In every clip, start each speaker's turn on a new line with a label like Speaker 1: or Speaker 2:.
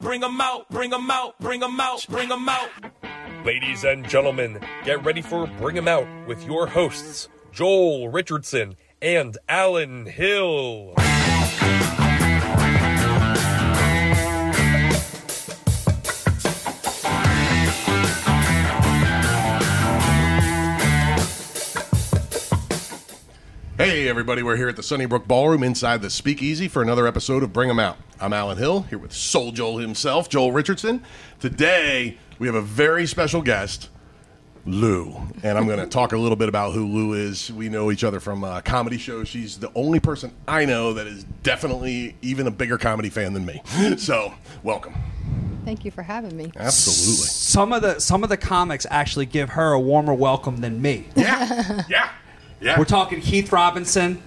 Speaker 1: bring 'em out, bring 'em out, bring 'em out, bring 'em out.
Speaker 2: Ladies and gentlemen, get ready for Bring 'em Out with your hosts, Joel Richardson and Alan Hill.
Speaker 3: Hey, everybody, we're here at the Sunnybrook Ballroom inside the Speakeasy for another episode of Bring 'em Out. I'm Alan Hill, here with Soul Joel himself, Joel Richardson. Today, we have a very special guest, Lou. And I'm going to talk a little bit about who Lou is. We know each other from uh, comedy shows. She's the only person I know that is definitely even a bigger comedy fan than me. So, welcome.
Speaker 4: Thank you for having me.
Speaker 3: Absolutely.
Speaker 5: some of the some of the comics actually give her a warmer welcome than me.
Speaker 3: Yeah. Yeah. Yeah.
Speaker 5: We're talking Keith Robinson,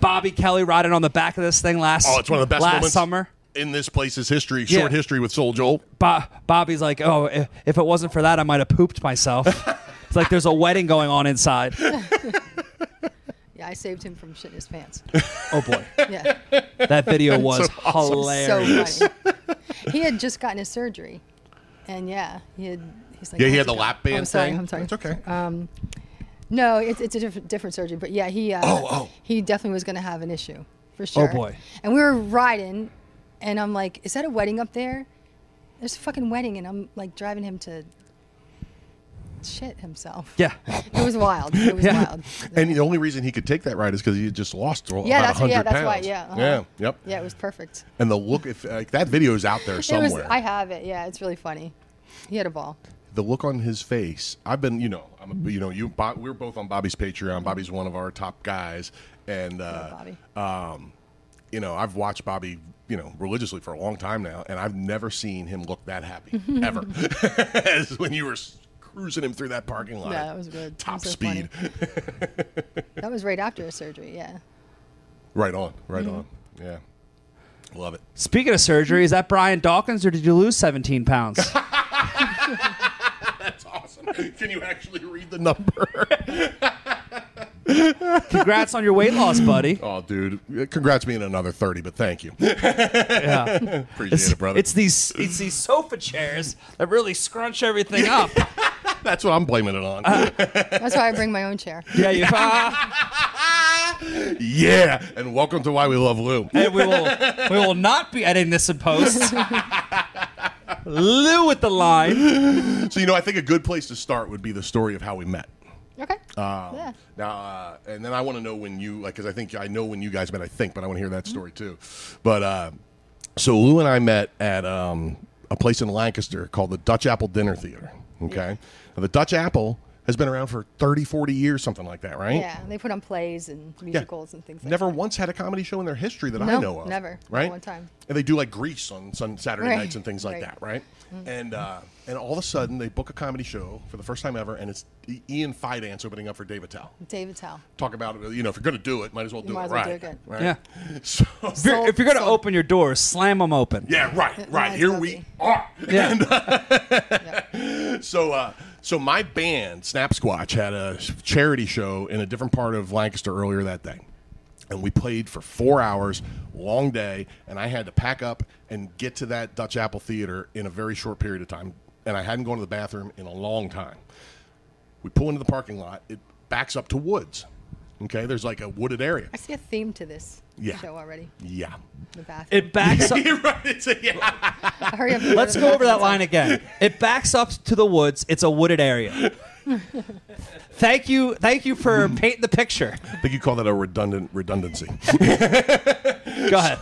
Speaker 5: Bobby Kelly riding on the back of this thing last.
Speaker 3: Oh, it's one of the best
Speaker 5: last
Speaker 3: moments
Speaker 5: summer.
Speaker 3: in this place's history, short
Speaker 5: Yeah.
Speaker 3: history with Soul Joel.
Speaker 5: Bo- Bobby's like, oh, if, if it wasn't for that, I might have pooped myself. it's like there's a wedding going on inside.
Speaker 4: Yeah, I saved him from shit in his pants.
Speaker 5: Oh boy,
Speaker 4: Yeah,
Speaker 5: that video was
Speaker 4: so
Speaker 5: hilarious.
Speaker 4: funny. He had just gotten his surgery, and yeah, he had. He's like,
Speaker 3: Yeah, he had
Speaker 4: "How's it
Speaker 3: the
Speaker 4: go?"
Speaker 3: lap band
Speaker 4: I'm sorry,
Speaker 3: thing.
Speaker 4: I'm sorry.
Speaker 3: It's okay.
Speaker 4: Um, no, it's it's a different different surgery, but yeah, he. Uh,
Speaker 3: Oh, oh.
Speaker 4: He definitely was going to have an issue for sure.
Speaker 5: Oh, boy.
Speaker 4: And we were riding, and I'm like, "Is that a wedding up there?" There's a fucking wedding, and I'm like driving him to shit himself.
Speaker 5: Yeah,
Speaker 4: It was wild. It was
Speaker 5: Yeah.
Speaker 4: wild.
Speaker 3: And the only reason he could take that ride is because he had just lost all-
Speaker 4: Yeah,
Speaker 3: about
Speaker 4: that's
Speaker 3: 100
Speaker 4: yeah, that's
Speaker 3: pounds.
Speaker 4: why. Yeah. uh-huh.
Speaker 3: Yeah. Yep.
Speaker 4: Yeah, it was perfect.
Speaker 3: And the look, if like, that video is out there somewhere,
Speaker 4: It was, I have it. Yeah, it's really funny. He had a ball.
Speaker 3: the look on his face. I've been, you know, I'm, you know, you, Bob, we were both on Bobby's Patreon. Bobby's one of our top guys, and uh,
Speaker 4: Bobby.
Speaker 3: um, you know, I've watched Bobby, you know, religiously for a long time now, and I've never seen him look that happy ever. As when you were cruising him through that parking lot,
Speaker 4: Yeah,
Speaker 3: at
Speaker 4: that was good. That
Speaker 3: top
Speaker 4: was so
Speaker 3: speed,
Speaker 4: That was right after his surgery. Yeah.
Speaker 3: right on, right
Speaker 5: Mm-hmm.
Speaker 3: on, yeah, love it.
Speaker 5: Speaking of surgery, is that Brian Dawkins or did you lose 17 pounds?
Speaker 3: That's awesome. Can you actually read the number?
Speaker 5: Congrats on your weight loss, buddy.
Speaker 3: Oh, dude! Congrats being another thirty, but thank you.
Speaker 5: Yeah.
Speaker 3: Appreciate
Speaker 5: It's,
Speaker 3: it, brother.
Speaker 5: it's these it's these sofa chairs that really scrunch everything up.
Speaker 3: That's what I'm blaming it on.
Speaker 5: Uh.
Speaker 4: That's why I bring my own chair.
Speaker 5: Yeah, you. ah,
Speaker 3: yeah, and welcome to Why We Love Lou.
Speaker 5: and we will we will not be editing this in post. Lou with the line.
Speaker 3: So you know, I think a good place to start would be the story of how we met.
Speaker 4: Okay.
Speaker 3: Um,
Speaker 4: yeah.
Speaker 3: Now, uh, and then I want to know when you like, because I think I know when you guys met. I think, but I want to hear
Speaker 4: Mm-hmm.
Speaker 3: that story too. But uh, so Lou and I met at um, a place in Lancaster called the Dutch Apple Dinner Theater. Okay, now, the Dutch Apple has been around for 30, 40 years, something like that, right?
Speaker 4: Yeah. They put on plays and musicals and things like
Speaker 3: Never once had a comedy show in their history that I
Speaker 4: No,
Speaker 3: know of.
Speaker 4: never. Not
Speaker 3: Right.
Speaker 4: one time.
Speaker 3: And they do like Grease on sun Saturday
Speaker 4: Right,
Speaker 3: nights and things like
Speaker 4: right. Mm-hmm.
Speaker 3: that, right? And uh, and all of a sudden they book a comedy show for the first time ever, and it's I- Ian Fidance opening up for David Tell.
Speaker 4: that. David Tell.
Speaker 3: Talk about it, you know if you're going to do it, might as well do
Speaker 4: might
Speaker 3: it
Speaker 4: as well
Speaker 3: right.
Speaker 4: do it good.
Speaker 3: right?
Speaker 5: Yeah.
Speaker 3: So
Speaker 5: If you're, if you're gonna
Speaker 4: Sold.
Speaker 5: open your doors, slam them open.
Speaker 3: yeah, right, right.
Speaker 4: Nice
Speaker 3: Here we
Speaker 4: copy.
Speaker 3: are.
Speaker 5: Yeah.
Speaker 3: So, uh, so my band Snap Squatch had a charity show in a different part of Lancaster earlier that day, and we played for four hours, long day, and I had to pack up and get to that Dutch Apple Theater in a very short period of time, and I hadn't gone to the bathroom in a long time. We pull into the parking lot. It backs up to woods. Okay, there's like a wooded area.
Speaker 4: I see a theme to this
Speaker 3: Yeah.
Speaker 4: show already.
Speaker 3: Yeah.
Speaker 4: The bathroom.
Speaker 5: It backs up.
Speaker 3: right. It's a, yeah.
Speaker 4: Hurry up.
Speaker 5: Let's go over that line again. It backs up to the woods. It's a wooded area. Thank you, thank you for painting the picture.
Speaker 3: I think you call that a redundant redundancy.
Speaker 5: Go ahead.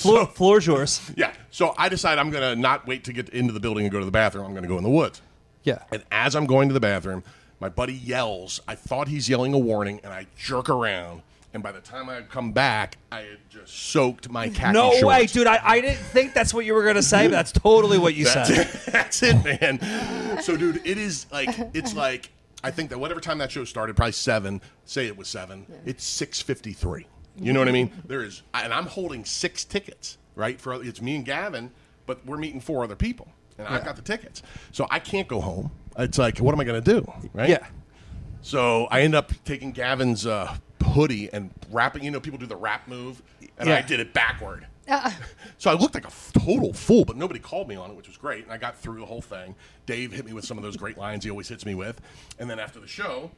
Speaker 5: Floor, floor's yours.
Speaker 3: yeah. So I decide I'm gonna not wait to get into the building and go to the bathroom. I'm gonna go in the woods.
Speaker 5: Yeah.
Speaker 3: And as I'm going to the bathroom, my buddy yells. I thought he's yelling a warning, and I jerk around. And by the time I come back, I had just soaked my khaki
Speaker 5: No
Speaker 3: shorts.
Speaker 5: way, dude. I, I didn't think that's what you were gonna say, but that's totally what you
Speaker 3: That's
Speaker 5: said.
Speaker 3: it. That's it, man. So, dude, it is like it's like I think that whatever time that show started, probably seven. Say it was seven. It's six fifty three. You know what I mean? There is, and I'm holding six tickets. Right for it's me and Gavin, but we're meeting four other people, and I've got the tickets, so I can't go home. It's like, what am I going to do? Right?
Speaker 5: Yeah.
Speaker 3: So I end up taking Gavin's uh, hoodie and wrapping. You know, people do the wrap move, and I
Speaker 5: Yeah. Uh-uh.
Speaker 3: did it backward. So I looked like a f- total fool, but nobody called me on it, which was great. And I got through the whole thing. Dave hit me with some of those great lines he always hits me with. And then after the show,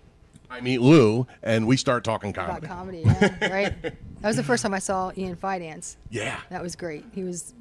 Speaker 3: I meet Lou and we start talking
Speaker 4: about
Speaker 3: comedy.
Speaker 4: comedy, yeah, right? That was the first time I saw Ian Finance.
Speaker 3: Yeah.
Speaker 4: That was great. He was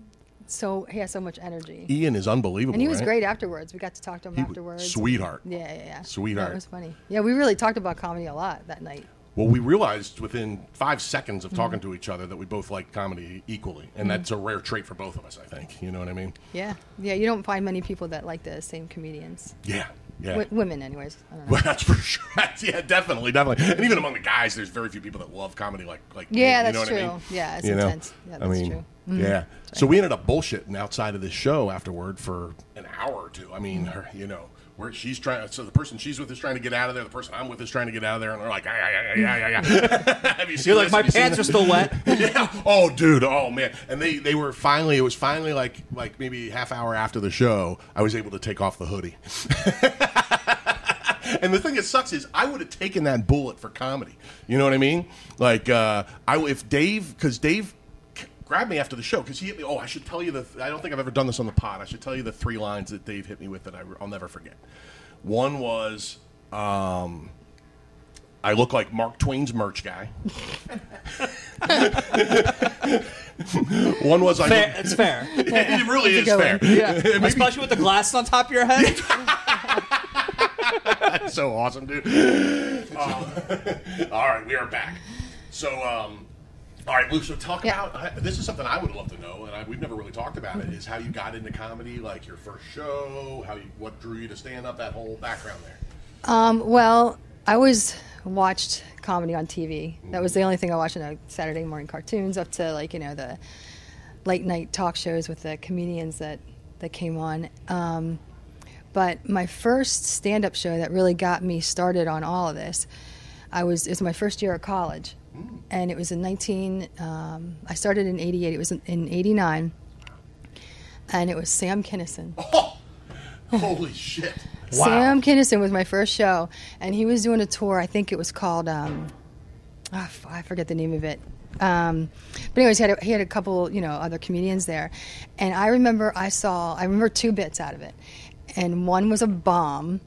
Speaker 4: so he has so much energy.
Speaker 3: Ian is unbelievable.
Speaker 4: and he was
Speaker 3: right?
Speaker 4: great afterwards. We got to talk to him
Speaker 3: He w-
Speaker 4: afterwards.
Speaker 3: Sweetheart.
Speaker 4: Yeah, yeah, yeah.
Speaker 3: Sweetheart.
Speaker 4: That was funny. Yeah, we really talked about comedy a lot that night.
Speaker 3: Well, we realized within five seconds
Speaker 4: Mm-hmm.
Speaker 3: of talking to each other that we both like comedy equally. And that's a rare trait for both of us, I think. You know what I mean?
Speaker 4: Yeah, yeah. You don't find many people that like the same comedians.
Speaker 3: Yeah. Yeah.
Speaker 4: W- women, anyways. I don't know.
Speaker 3: Well, that's for sure. That's- yeah, definitely, definitely. And even among the guys, there's very few people that love comedy like like me,
Speaker 4: Yeah,
Speaker 3: you
Speaker 4: that's
Speaker 3: know what I
Speaker 4: true.
Speaker 3: mean?
Speaker 4: Yeah, it's
Speaker 3: You know?
Speaker 4: intense. Yeah,
Speaker 3: I
Speaker 4: that's
Speaker 3: mean,
Speaker 4: true. Mm-hmm.
Speaker 3: Yeah. So we ended up bullshitting outside of this show afterward for an hour or two. I mean,
Speaker 4: Mm-hmm.
Speaker 3: her, you know, where she's trying. So the person she's with is trying to get out of there. The person I'm with is trying to get out of there, and they're like, yeah, yeah, yeah, yeah. Have you seen
Speaker 6: You're like,
Speaker 3: this?
Speaker 6: my
Speaker 3: Have you seen
Speaker 6: pants are
Speaker 3: that?"
Speaker 6: still wet.
Speaker 3: yeah. Oh, dude. Oh, man. And they they were finally. It was finally like like maybe half hour after the show. I was able to take off the hoodie. and the thing that sucks is I would have taken that bullet for comedy. You know what I mean? Like uh, I if Dave because Dave k- grabbed me after the show because he hit me. Oh, I should tell you the. I don't think I've ever done this on the pod. I should tell you the three lines that Dave hit me with that I, will never forget. One was. Um, I look like Mark Twain's merch guy. One was I.
Speaker 6: Fair,
Speaker 3: Look,
Speaker 6: it's fair.
Speaker 3: it really is
Speaker 4: a good
Speaker 3: fair.
Speaker 4: one.
Speaker 6: Especially with the glasses on top of your head.
Speaker 3: so awesome, dude. Um, all right, we are back. So, um, all right, Luke. So, talk
Speaker 4: Yeah.
Speaker 3: about I- this is something I would love to know, and I, we've never really talked about it. Is how you got into comedy, like your first show, how you what drew you to stand up, that whole background there.
Speaker 4: Um, well, I always watched comedy on TV. That was the only thing I watched on like, Saturday morning cartoons, up to like you know the late night talk shows with the comedians that that came on. Um, but my first stand up show that really got me started on all of this, I was it was my first year at college, and it was in nineteen. Um, I started in eighty eight. It was in- in eighty nine, and it was Sam Kinison.
Speaker 3: Holy shit!
Speaker 4: Sam Kinison was my first show, and he was doing a tour. I think it was called, um, ah, f- I forget the name of it. Um, but anyways, he had, a, he had a couple, you know, other comedians there, and I remember I saw, I remember two bits out of it, and one was a bomb,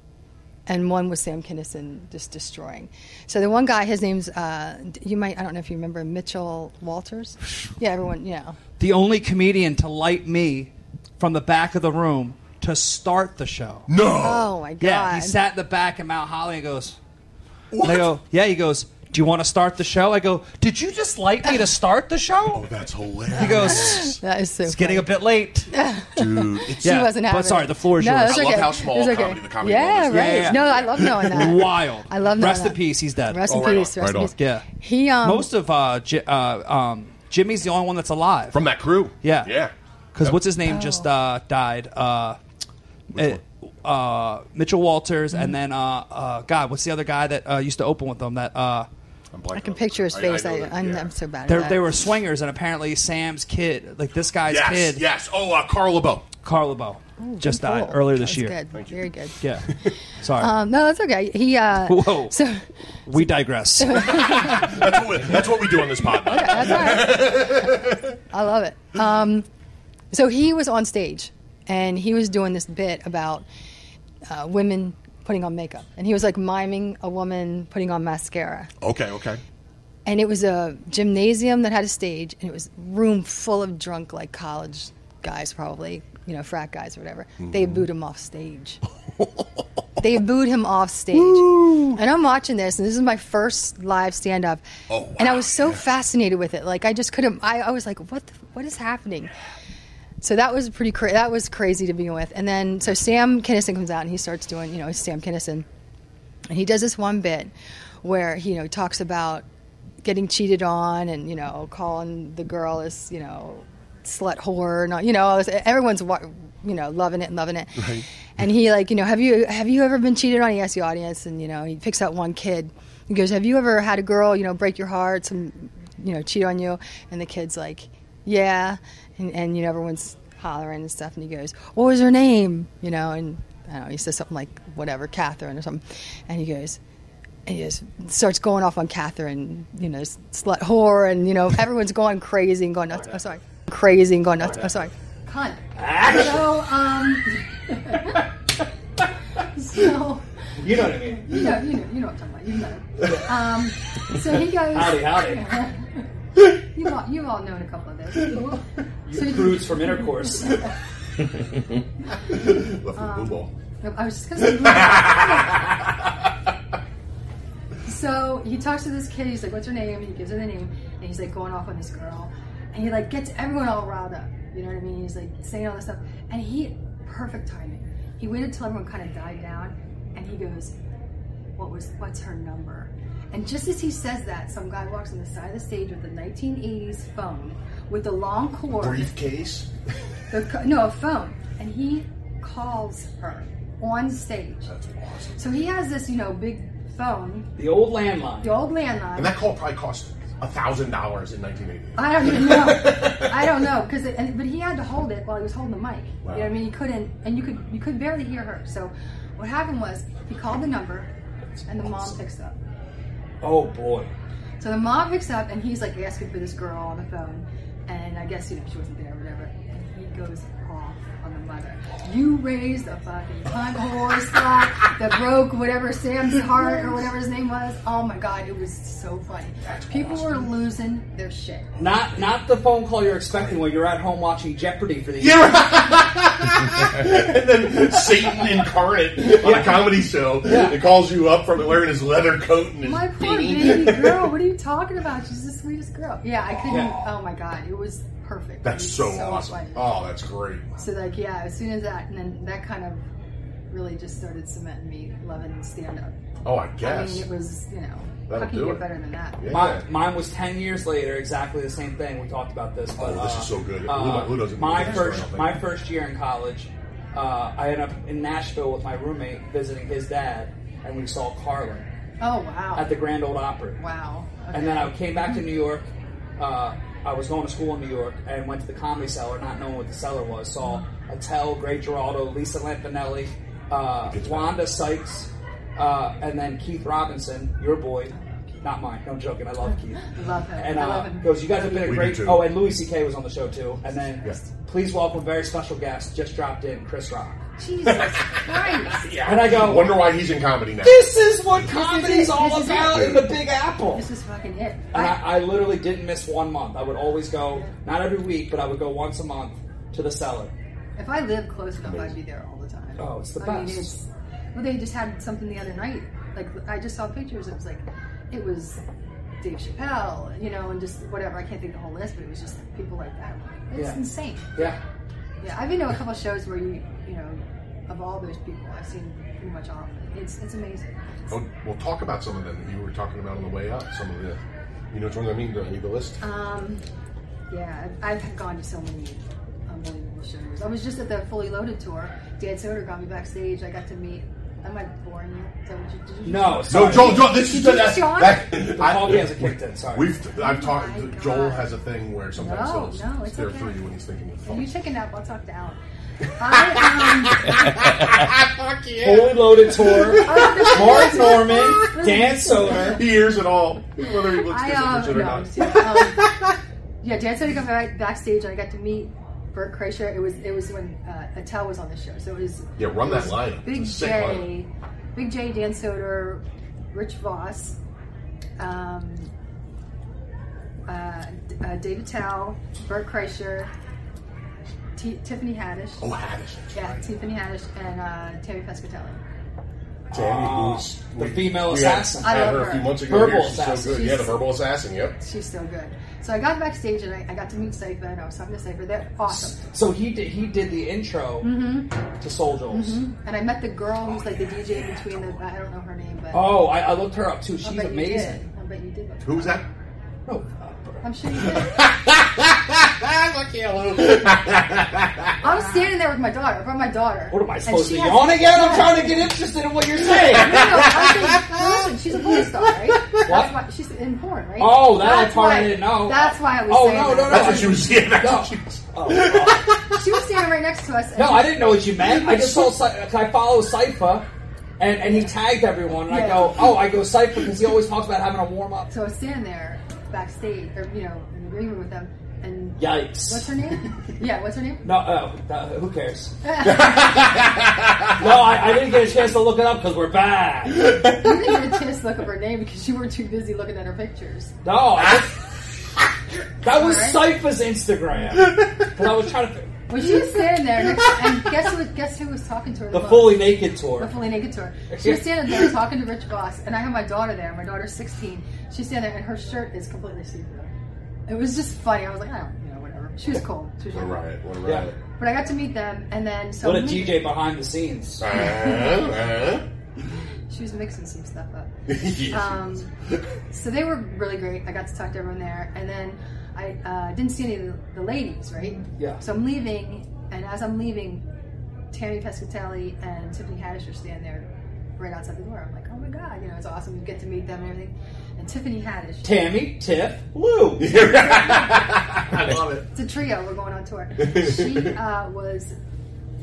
Speaker 4: and one was Sam Kinison just destroying. So the one guy, his name's, uh, d- you might, I don't know if you remember Mitchell Walters. Yeah, everyone, you know.
Speaker 6: the only comedian to light me from the back of the room to start the show.
Speaker 3: No.
Speaker 4: Oh my God.
Speaker 6: Yeah, he sat in the back in Mount Holly and goes, and I go, yeah, he goes, do you want to start the show? I go, did you just light me to start the show?
Speaker 3: That's hilarious.
Speaker 6: He goes,
Speaker 4: that is so.
Speaker 6: it's getting a
Speaker 4: funny.
Speaker 6: bit late.
Speaker 3: dude. It's
Speaker 6: Yeah,
Speaker 4: She wasn't
Speaker 6: but
Speaker 4: having.
Speaker 6: sorry,
Speaker 4: it.
Speaker 6: the floor is
Speaker 4: no,
Speaker 6: yours.
Speaker 4: it's
Speaker 3: I love
Speaker 4: okay.
Speaker 3: how small
Speaker 4: It's okay.
Speaker 3: comedy- the comedy
Speaker 4: Yeah,
Speaker 3: world is.
Speaker 4: right.
Speaker 6: Yeah, yeah.
Speaker 4: No, I love knowing that.
Speaker 6: Wild.
Speaker 4: I love knowing
Speaker 6: Rest in
Speaker 4: that.
Speaker 6: peace, he's dead.
Speaker 4: Rest in
Speaker 3: Oh, right
Speaker 4: peace.
Speaker 3: on,
Speaker 4: Rest
Speaker 3: right
Speaker 4: in
Speaker 3: on.
Speaker 4: peace.
Speaker 6: Yeah.
Speaker 4: He um.
Speaker 6: Most of uh, J- uh, um, Jimmy's the only one that's alive.
Speaker 3: from that crew.
Speaker 6: Yeah.
Speaker 3: Yeah.
Speaker 6: Because what's his
Speaker 4: Oh.
Speaker 6: name just uh, died? Uh, uh, uh, Mitchell Walters, and then uh, uh, God, what's the other guy that uh, used to open with them? That uh,
Speaker 3: I'm blanking
Speaker 4: I can
Speaker 3: on-
Speaker 4: picture his face. I,
Speaker 3: know that,
Speaker 4: I, am
Speaker 3: yeah.
Speaker 4: I'm so bad.
Speaker 6: they
Speaker 4: at that.
Speaker 6: they were swingers, and apparently Sam's kid, like this guy's
Speaker 3: Yes.
Speaker 6: kid,
Speaker 3: Yes. Oh, uh, Carl LeBeau.
Speaker 6: Carl LeBeau, just
Speaker 4: Cool.
Speaker 6: died earlier this
Speaker 4: That's
Speaker 6: year.
Speaker 4: Good. Very good.
Speaker 6: Yeah, sorry,
Speaker 4: Um, no, that's okay. He uh.
Speaker 6: Whoa.
Speaker 4: So
Speaker 6: we digress.
Speaker 3: That's what we, that's what we do on this pod.
Speaker 4: that's all right. I love it. Um, so he was on stage, and he was doing this bit about uh, women putting on makeup, and he was like miming a woman putting on mascara.
Speaker 3: Okay. Okay.
Speaker 4: and it was a gymnasium that had a stage and it was room full of drunk like college guys probably you know frat guys or whatever they
Speaker 3: Mm-hmm.
Speaker 4: booed him off stage they booed him off stage and i'm watching this and this is my first live stand up
Speaker 3: Oh,
Speaker 4: and i
Speaker 3: wow,
Speaker 4: was so
Speaker 3: yeah.
Speaker 4: fascinated with it like i just couldn't i, I was like what the, what is happening so that was pretty cra- that was crazy to begin with and then so sam kinnison comes out and he starts doing you know he's sam kinnison and he does this one bit where he, you know he talks about getting cheated on and you know calling the girl is you know slut whore and all, you know all this- everyone's wa- you know loving it and loving it and he like you know have you have you ever been cheated on he asks the audience and you know he picks out one kid he goes have you ever had a girl you know break your heart some you know cheat on you and the kid's like yeah and, and you know everyone's hollering and stuff and he goes what was her name you know and i don't know he says something like whatever catherine or something and he goes and he just starts going off on catherine you know slut whore and you know everyone's going crazy and going nuts oh, sorry crazy and going nuts. Oh, sorry. Cunt. So, um. so.
Speaker 5: You know what I mean?
Speaker 4: You know, you know, you know what I'm talking about. You know. Um, so he goes.
Speaker 5: Howdy, howdy.
Speaker 4: You've all, you've all known a couple of those. So he-
Speaker 5: Cruise from intercourse.
Speaker 3: Left with blue ball.
Speaker 4: Nope, I was just going to say. so he talks to this kid. He's like, "What's her name?" And he gives her the name, and he's like going off on this girl, and he like gets everyone all riled up. You know what I mean? He's like saying all this stuff, and he perfect timing. He waited till everyone kind of died down, and he goes, "What was? What's her number?" And just as he says that, some guy walks on the side of the stage with a 1980s phone with a long cord.
Speaker 5: Briefcase.
Speaker 4: The co- no, a phone. And he calls her on stage.
Speaker 5: That's awesome.
Speaker 4: So he has this, you know, big phone,
Speaker 5: The old landline.
Speaker 4: the old landline.
Speaker 7: And that call probably cost a thousand dollars in 1980.
Speaker 4: I don't even know. I don't know because, but he had to hold it while he was holding the mic. You know what I mean? He couldn't, and you could, you could barely hear her. So, what happened was he called the number, and the mom picks up.
Speaker 5: Oh boy.
Speaker 4: So the mom picks up and he's like asking for this girl on the phone, and I guess you know she wasn't there, or whatever. And he goes off on the mother. You raised a fucking cunt horse that that broke whatever Sam's heart or whatever his name was. Oh my god, it was so funny. People were losing their shit.
Speaker 5: Not not the phone call you're expecting while you're at home watching Jeopardy for the
Speaker 7: Yeah, right. and then Satan incarnate on a comedy show that calls you up from wearing his leather coat and his
Speaker 4: My poor
Speaker 7: beanie.
Speaker 4: baby girl. What are you talking about? She's the sweetest girl. Yeah, I couldn't.
Speaker 5: Yeah.
Speaker 4: Oh my god, it was perfect.
Speaker 7: That's
Speaker 4: It
Speaker 7: so,
Speaker 4: was
Speaker 7: awesome.
Speaker 4: funny.
Speaker 7: Oh, that's great.
Speaker 4: So like yeah, as soon as that and then that kind of really just started cementing me loving stand up.
Speaker 7: Oh, I
Speaker 4: I
Speaker 7: guess.
Speaker 4: mean it was, you know,
Speaker 7: That'll
Speaker 4: how can
Speaker 7: do
Speaker 4: you
Speaker 7: it.
Speaker 4: get better than that?
Speaker 7: Yeah.
Speaker 5: Mine, mine was 10 years later, exactly the same thing. We talked about this. But,
Speaker 7: Oh, this
Speaker 5: uh,
Speaker 7: is so good. Who-
Speaker 5: uh,
Speaker 7: who doesn't know
Speaker 5: my
Speaker 7: this
Speaker 5: first,
Speaker 7: story, I think?
Speaker 5: my first year in college, uh, I ended up in Nashville with my roommate visiting his dad, and we saw Carlin
Speaker 4: Oh wow.
Speaker 5: at the Grand Old Opry.
Speaker 4: wow. Okay.
Speaker 5: And then I came back to New York. Uh, I was going to school in New York and went to the Comedy Cellar, not knowing what the cellar was. Saw Attell, Greg Giraldo, Lisa Lampanelli, uh, Wanda Sykes, uh, and then Keith Robinson, your boy. Not mine. No I'm joking. I love Keith.
Speaker 4: Love him.
Speaker 5: And
Speaker 4: I
Speaker 5: uh,
Speaker 4: love him.
Speaker 5: goes, you guys have been a
Speaker 7: We
Speaker 5: great.
Speaker 7: do too.
Speaker 5: Oh, and Louis C.K. was on the show too. And then,
Speaker 7: Yes.
Speaker 5: please welcome very special guest just dropped in, Chris Rock.
Speaker 4: Jesus Christ.
Speaker 7: Yeah.
Speaker 5: And I go-
Speaker 7: wonder why he's in comedy now.
Speaker 5: This is what
Speaker 4: This
Speaker 5: comedy's
Speaker 4: is it.
Speaker 5: all
Speaker 4: This is
Speaker 5: about
Speaker 7: it.
Speaker 5: in the Big Apple.
Speaker 4: This is fucking it.
Speaker 5: And I, I literally didn't miss one month. I would always go, not every week, but I would go once a month to the cellar.
Speaker 4: if I lived close enough I'd be there all the time.
Speaker 5: Oh, it's the
Speaker 4: I mean,
Speaker 5: best.
Speaker 4: it's, well they just had something the other night. Like I just saw pictures, it was like it was Dave Chappelle, you know, and just whatever. I can't think of the whole list, but it was just people like that. It's
Speaker 5: Yeah.
Speaker 4: insane.
Speaker 5: Yeah.
Speaker 4: Yeah, I've been to a couple shows where you, you know, of all those people, I've seen pretty much all of them. It's it's amazing.
Speaker 7: Oh, we'll talk about some of them that you were talking about on the way out. Some of the, you know which ones I mean? Do I need the list?
Speaker 4: Um, yeah, I've I've gone to so many unbelievable shows. I was just at the Fully Loaded tour. Dan Soder got me backstage. I got to meet. Am I boring you? Is that what you did? You
Speaker 5: No,
Speaker 7: No,
Speaker 5: sorry.
Speaker 7: Joel, Joel, this is
Speaker 4: Did you
Speaker 7: that-
Speaker 4: just yawn?
Speaker 7: that-
Speaker 5: The
Speaker 7: I-
Speaker 5: coffee hasn't kicked in, sorry.
Speaker 7: We've, I've talked.
Speaker 4: Oh my
Speaker 7: Joel
Speaker 4: God.
Speaker 7: has a thing where sometimes
Speaker 4: No,
Speaker 7: he'll
Speaker 4: no, it's
Speaker 7: stare
Speaker 4: okay.
Speaker 7: through you when he's thinking of
Speaker 4: You
Speaker 7: thoughts.
Speaker 4: take a nap. I'll talk to Alan. I, um,
Speaker 5: Fully loaded tour. Mark Norman, Dan Soder.
Speaker 7: He hears it all, whether he looks
Speaker 4: I
Speaker 7: disinterested
Speaker 4: um,
Speaker 7: or
Speaker 4: no, I'm
Speaker 7: not.
Speaker 4: just kidding. um, yeah, Dan Soder got back, backstage, and I got to meet Bert Kreischer. It was it was when uh, Attell was on the show, so it was
Speaker 7: Yeah, run that line.
Speaker 4: Big J, Big J, Dan Soder, Rich Voss, um, uh, D- uh, David Tao, Burt Kreischer, T- Tiffany Haddish.
Speaker 7: Oh, Haddish. that's
Speaker 4: yeah,
Speaker 7: right.
Speaker 4: Tiffany Haddish and uh, Tammy Pescatelli.
Speaker 7: Tammy,
Speaker 5: Ah,
Speaker 7: who's
Speaker 5: the female
Speaker 7: we had-
Speaker 5: assassin.
Speaker 7: Had,
Speaker 4: I love
Speaker 7: her a few
Speaker 4: her.
Speaker 7: months ago.
Speaker 5: Verbal
Speaker 7: here. She's so
Speaker 5: assassin.
Speaker 7: good. Yeah, the
Speaker 4: She's-
Speaker 7: verbal assassin. Yep.
Speaker 4: She's so good. So I got backstage and I, I got to meet Sypha and I was talking to Sypha. They're awesome.
Speaker 5: So he did, he did the intro
Speaker 4: Mm-hmm.
Speaker 5: to Soul Joel's.
Speaker 4: And I met the girl who's like the DJ in between the, I don't know her name, but
Speaker 5: Oh, I, I looked her up too.
Speaker 4: I
Speaker 5: She's
Speaker 4: bet you did.
Speaker 5: amazing.
Speaker 4: I bet you did.
Speaker 7: Who was that?
Speaker 5: No, uh,
Speaker 4: I'm sure you did.
Speaker 7: Lucky hello.
Speaker 4: I was standing there with my daughter. I brought my daughter.
Speaker 5: what am I
Speaker 4: And
Speaker 5: supposed
Speaker 4: she
Speaker 5: to
Speaker 4: has-
Speaker 5: yawn again? I'm trying to get interested in what you're saying.
Speaker 4: No, no, I think, listen, she's a porn star, right? That's why she's in porn, right?
Speaker 5: Oh, that
Speaker 4: that's
Speaker 5: part I
Speaker 4: why,
Speaker 5: didn't know.
Speaker 4: That's why I was
Speaker 5: Oh,
Speaker 4: saying
Speaker 5: no,
Speaker 4: that.
Speaker 5: no,
Speaker 7: That's what she was. Yeah, that's
Speaker 5: No.
Speaker 7: what she was.
Speaker 5: Oh, oh.
Speaker 4: She was standing right next to us. and
Speaker 5: No,
Speaker 4: she-
Speaker 5: I didn't know what you meant. I just saw Cy- 'cause I follow Cypher, and, and he tagged everyone, and I
Speaker 4: Yeah.
Speaker 5: go, oh, I go Cypher because he always talks about having a warm up.
Speaker 4: So I was standing there backstage, or you know, in the green room with them, and
Speaker 5: Yikes.
Speaker 4: what's her name? yeah, what's her name?
Speaker 5: No, oh, uh, who cares? no, I, I didn't get a chance to look it up because we're back.
Speaker 4: You didn't get a chance to look up her name because you were too busy looking at her pictures.
Speaker 5: No, I, that was
Speaker 4: Alright.
Speaker 5: Cypher's Instagram. Because I was trying to fi-
Speaker 4: Well, she was standing there, next- and guess who? Guess who was talking to her?
Speaker 5: the
Speaker 4: most?
Speaker 5: fully naked
Speaker 4: the
Speaker 5: tour.
Speaker 4: fully naked tour. She was standing there talking to Rich Voss, and I have my daughter there. My daughter's 16. She's standing there, and her shirt is completely see-through. It was just funny. I was like, I don't, you know, whatever. She was cool. She was
Speaker 3: What a
Speaker 4: cool.
Speaker 3: riot. What a
Speaker 5: Yeah.
Speaker 3: riot.
Speaker 4: But I got to meet them, and then so
Speaker 5: What a
Speaker 4: we-
Speaker 5: DJ behind the scenes.
Speaker 3: Uh,
Speaker 4: She was mixing some stuff up.
Speaker 3: uh. Yeah.
Speaker 4: Um, so they were really great. I got to talk to everyone there, and then I uh, didn't see any of the, the ladies, right?
Speaker 5: Yeah.
Speaker 4: So I'm leaving, and as I'm leaving, Tammy Pescatelli and Tiffany Haddish are standing there right outside the door. I'm like, oh my god, you know, it's awesome. You get to meet them and everything. And Tiffany Haddish,
Speaker 5: Tammy, Tiff, Lou.
Speaker 3: I love it.
Speaker 4: it's a trio. We're going on tour. She uh, was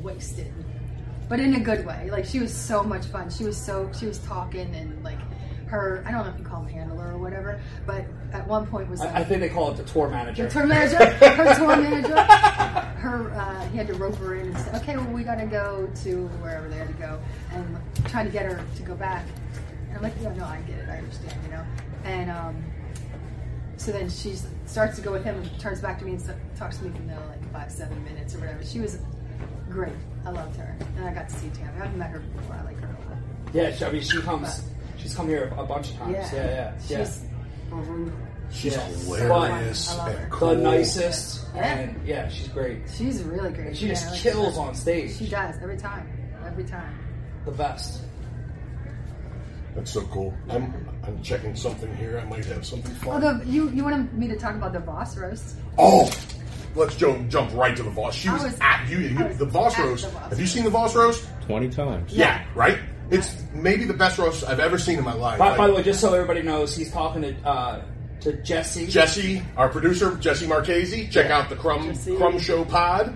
Speaker 4: wasted, but in a good way. Like she was so much fun. She was so she was talking and like her. I don't know if you call them handler or whatever, but at one point was.
Speaker 5: I, I think they call it the tour manager.
Speaker 4: Her tour manager, her tour manager, her, uh, he had to rope her in and say, okay, well, we gotta go to wherever they had to go, and trying to get her to go back. And I'm like, no, no, I get it, I understand, you know? And, um, so then she s- starts to go with him and turns back to me and s- talks to me for another like five, seven minutes or whatever. She was great. I loved her. And I got to see Tammy. I've met her before. I like her a lot.
Speaker 5: Yeah, she- I mean, she comes. She's come here a bunch of times. Yeah, yeah, yeah.
Speaker 4: She's
Speaker 3: She's
Speaker 5: Yeah.
Speaker 3: hilarious
Speaker 4: I love her.
Speaker 3: and
Speaker 5: the
Speaker 3: cool.
Speaker 5: nicest.
Speaker 4: Yeah.
Speaker 5: And yeah, she's great.
Speaker 4: she's really great.
Speaker 5: She just
Speaker 4: Yeah, I like
Speaker 5: kills
Speaker 4: her.
Speaker 5: on stage.
Speaker 4: She does every time. Every time.
Speaker 5: The best.
Speaker 3: That's so cool. I'm I'm checking something here. I might have something
Speaker 4: Oh,
Speaker 3: fun.
Speaker 4: the, you you wanted me to talk about the Voss roast?
Speaker 3: Oh, let's jo- jump right to the Voss. She
Speaker 4: I
Speaker 3: was,
Speaker 4: was-
Speaker 3: at you. you
Speaker 4: I was
Speaker 3: the Voss
Speaker 4: at the
Speaker 3: roast.
Speaker 4: Voss
Speaker 3: Have you
Speaker 4: roast.
Speaker 3: seen the Voss roast?
Speaker 8: 20 times.
Speaker 3: Yeah. right. It's maybe the best roast I've ever seen in my life.
Speaker 5: By, by the
Speaker 3: Like,
Speaker 5: way, just so everybody knows, he's talking to uh, to Jesse.
Speaker 3: Jesse, our producer, Jesse Marchese, check out the Crumb
Speaker 4: Jesse.
Speaker 3: Crumb Show Pod.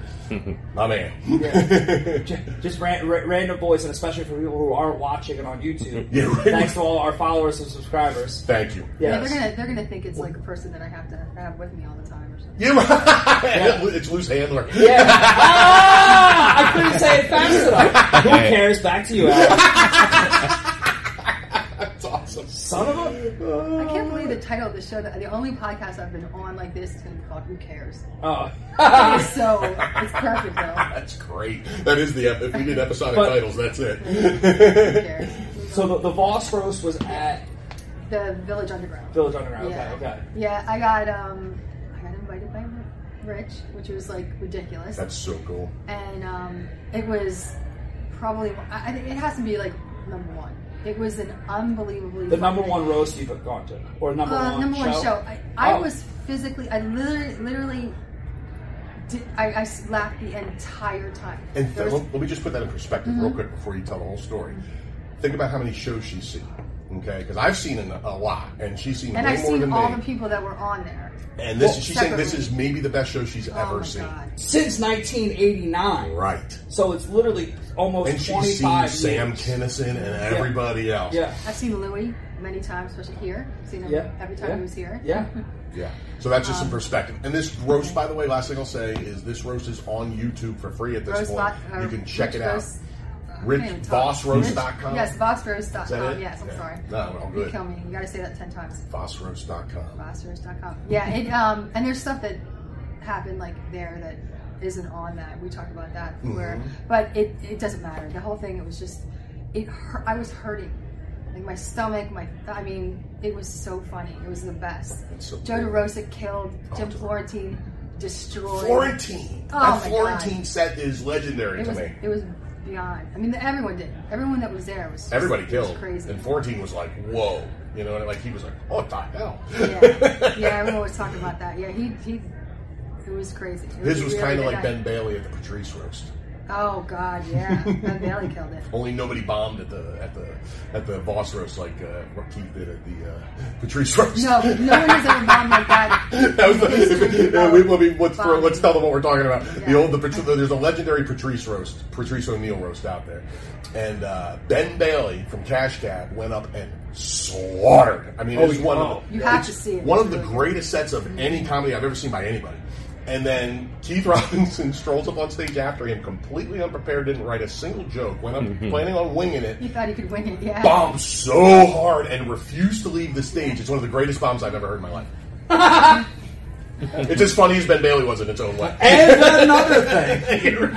Speaker 3: my man.
Speaker 5: J- just ran, ra- random boys, and especially for people who aren't watching it on YouTube.
Speaker 3: Yeah, right.
Speaker 5: Thanks to all our followers and subscribers.
Speaker 3: Thank you.
Speaker 5: Yeah,
Speaker 4: They're gonna they're gonna think it's like a person that I have to have with me all the time or something.
Speaker 3: You- it's loose handler.
Speaker 5: Yeah. ah, I couldn't say it fast enough. Who cares? Back to you, Al.
Speaker 3: That's awesome.
Speaker 5: Son of a.
Speaker 4: I can't believe the title of the show. The, the only podcast I've been on like this is gonna be called Who Cares.
Speaker 5: Oh.
Speaker 4: It's so it's perfect though.
Speaker 3: That's great. That is the ep- if we did episodic
Speaker 5: But-
Speaker 3: titles, that's it.
Speaker 4: Who cares?
Speaker 5: So the, the Voss roast was at
Speaker 4: The Village Underground.
Speaker 5: Village Underground.
Speaker 4: yeah.
Speaker 5: Okay, okay.
Speaker 4: Yeah, I got um I got invited by Rich, which was like ridiculous.
Speaker 3: That's so cool.
Speaker 4: and um, it was probably I, I think it has to be like number one. It was an unbelievably
Speaker 5: The number
Speaker 4: fun
Speaker 5: one
Speaker 4: night.
Speaker 5: roast you've gone to, or number
Speaker 4: uh,
Speaker 5: one
Speaker 4: number
Speaker 5: show.
Speaker 4: one show. I, I
Speaker 5: Oh.
Speaker 4: was physically, I literally, literally, did, I, I s- laughed the entire time.
Speaker 3: And th-
Speaker 4: There was- Mm-hmm.
Speaker 3: let, let me just put that in perspective real quick before you tell the whole story. Think about how many shows she's seen. Okay, because I've seen an, a lot, and she's seen
Speaker 4: and
Speaker 3: way
Speaker 4: I've
Speaker 3: more than
Speaker 4: seen all
Speaker 3: me.
Speaker 4: the people that were on there.
Speaker 3: and this, she's saying this
Speaker 4: separately.
Speaker 3: is maybe the best show she's
Speaker 4: oh
Speaker 3: ever
Speaker 4: my
Speaker 3: seen.
Speaker 4: god!
Speaker 5: since 1989.
Speaker 3: Right.
Speaker 5: So it's literally almost
Speaker 3: And she's seen
Speaker 5: 25
Speaker 3: Sam
Speaker 5: years.
Speaker 3: Kinison and everybody else.
Speaker 5: Yeah.
Speaker 4: I've seen Louis many times, especially here. I've seen him
Speaker 5: Yeah.
Speaker 4: every time
Speaker 5: yeah.
Speaker 4: he was here.
Speaker 5: Yeah.
Speaker 3: Yeah. So that's
Speaker 4: Um,
Speaker 3: just some perspective. And this roast, by the way, last thing I'll say is this roast is on YouTube for free at this
Speaker 4: Rose
Speaker 3: point.
Speaker 4: Bo- or
Speaker 3: you can check
Speaker 4: Rich
Speaker 3: it out.
Speaker 4: Rose-
Speaker 3: Rich
Speaker 4: I can't even talk.
Speaker 3: VossRoast.com.
Speaker 4: Yes,
Speaker 3: Is that it?
Speaker 4: VossRose.com. Yes, I'm
Speaker 3: Yeah.
Speaker 4: sorry.
Speaker 3: No, all
Speaker 4: You
Speaker 3: good.
Speaker 4: kill me. You got to say that ten times.
Speaker 3: VossRoast.com.
Speaker 4: Rosters.com. Yeah, it, um, and there's stuff that happened like there that isn't on that. We talked about that
Speaker 3: Mm-hmm.
Speaker 4: where, but it, it doesn't matter. The whole thing, it was just, it hurt, I was hurting. Like my stomach, my, I mean, it was so funny. It was the best.
Speaker 3: That's so
Speaker 4: Joe
Speaker 3: cool. Oh,
Speaker 4: DeRosa killed, Jim Florentine destroyed.
Speaker 3: Florentine.
Speaker 4: Oh
Speaker 3: that
Speaker 4: my
Speaker 3: Florentine
Speaker 4: God.
Speaker 3: set is legendary
Speaker 4: It
Speaker 3: to
Speaker 4: was,
Speaker 3: me.
Speaker 4: it was beyond. I mean, everyone did. Everyone that was there was just-
Speaker 3: Everybody
Speaker 4: it
Speaker 3: killed.
Speaker 4: Was crazy.
Speaker 3: And Florentine was like, whoa. You know, and like he was like, what the hell?
Speaker 4: yeah, yeah, everyone was talking about that. Yeah, he, he, it was crazy. It
Speaker 3: His was
Speaker 4: really
Speaker 3: kind of
Speaker 4: good
Speaker 3: like
Speaker 4: night.
Speaker 3: Ben Bailey at the Patrice roast.
Speaker 4: Oh God, yeah, Ben Bailey killed it.
Speaker 3: Only nobody bombed at the at the at the Voss roast like uh, Keith did at the uh, Patrice roast.
Speaker 4: No, no one has ever bombed like that.
Speaker 3: That was the,
Speaker 4: History of
Speaker 3: we, let me, let's,
Speaker 4: bombing.
Speaker 3: let's tell them what we're talking about. The
Speaker 4: Yeah.
Speaker 3: old, the, Pat- there's a legendary Patrice roast, Patrice O'Neill roast out there, and uh, Ben Bailey from Cash Cab went up and slaughtered. I mean, it was one of the,
Speaker 4: You have
Speaker 3: it's
Speaker 4: to see it.
Speaker 3: One
Speaker 4: It's
Speaker 3: of the
Speaker 4: really good.
Speaker 3: greatest sets of any comedy I've ever seen by anybody. And then Keith Robinson strolls up on stage after him, completely unprepared, didn't write a single joke, went up planning on winging it,
Speaker 4: He thought he could win it. Yeah.
Speaker 3: bombed so hard and refused to leave the stage. It's one of the greatest bombs I've ever heard in my life. it's as funny as Ben Bailey was in its own way.
Speaker 5: And another thing.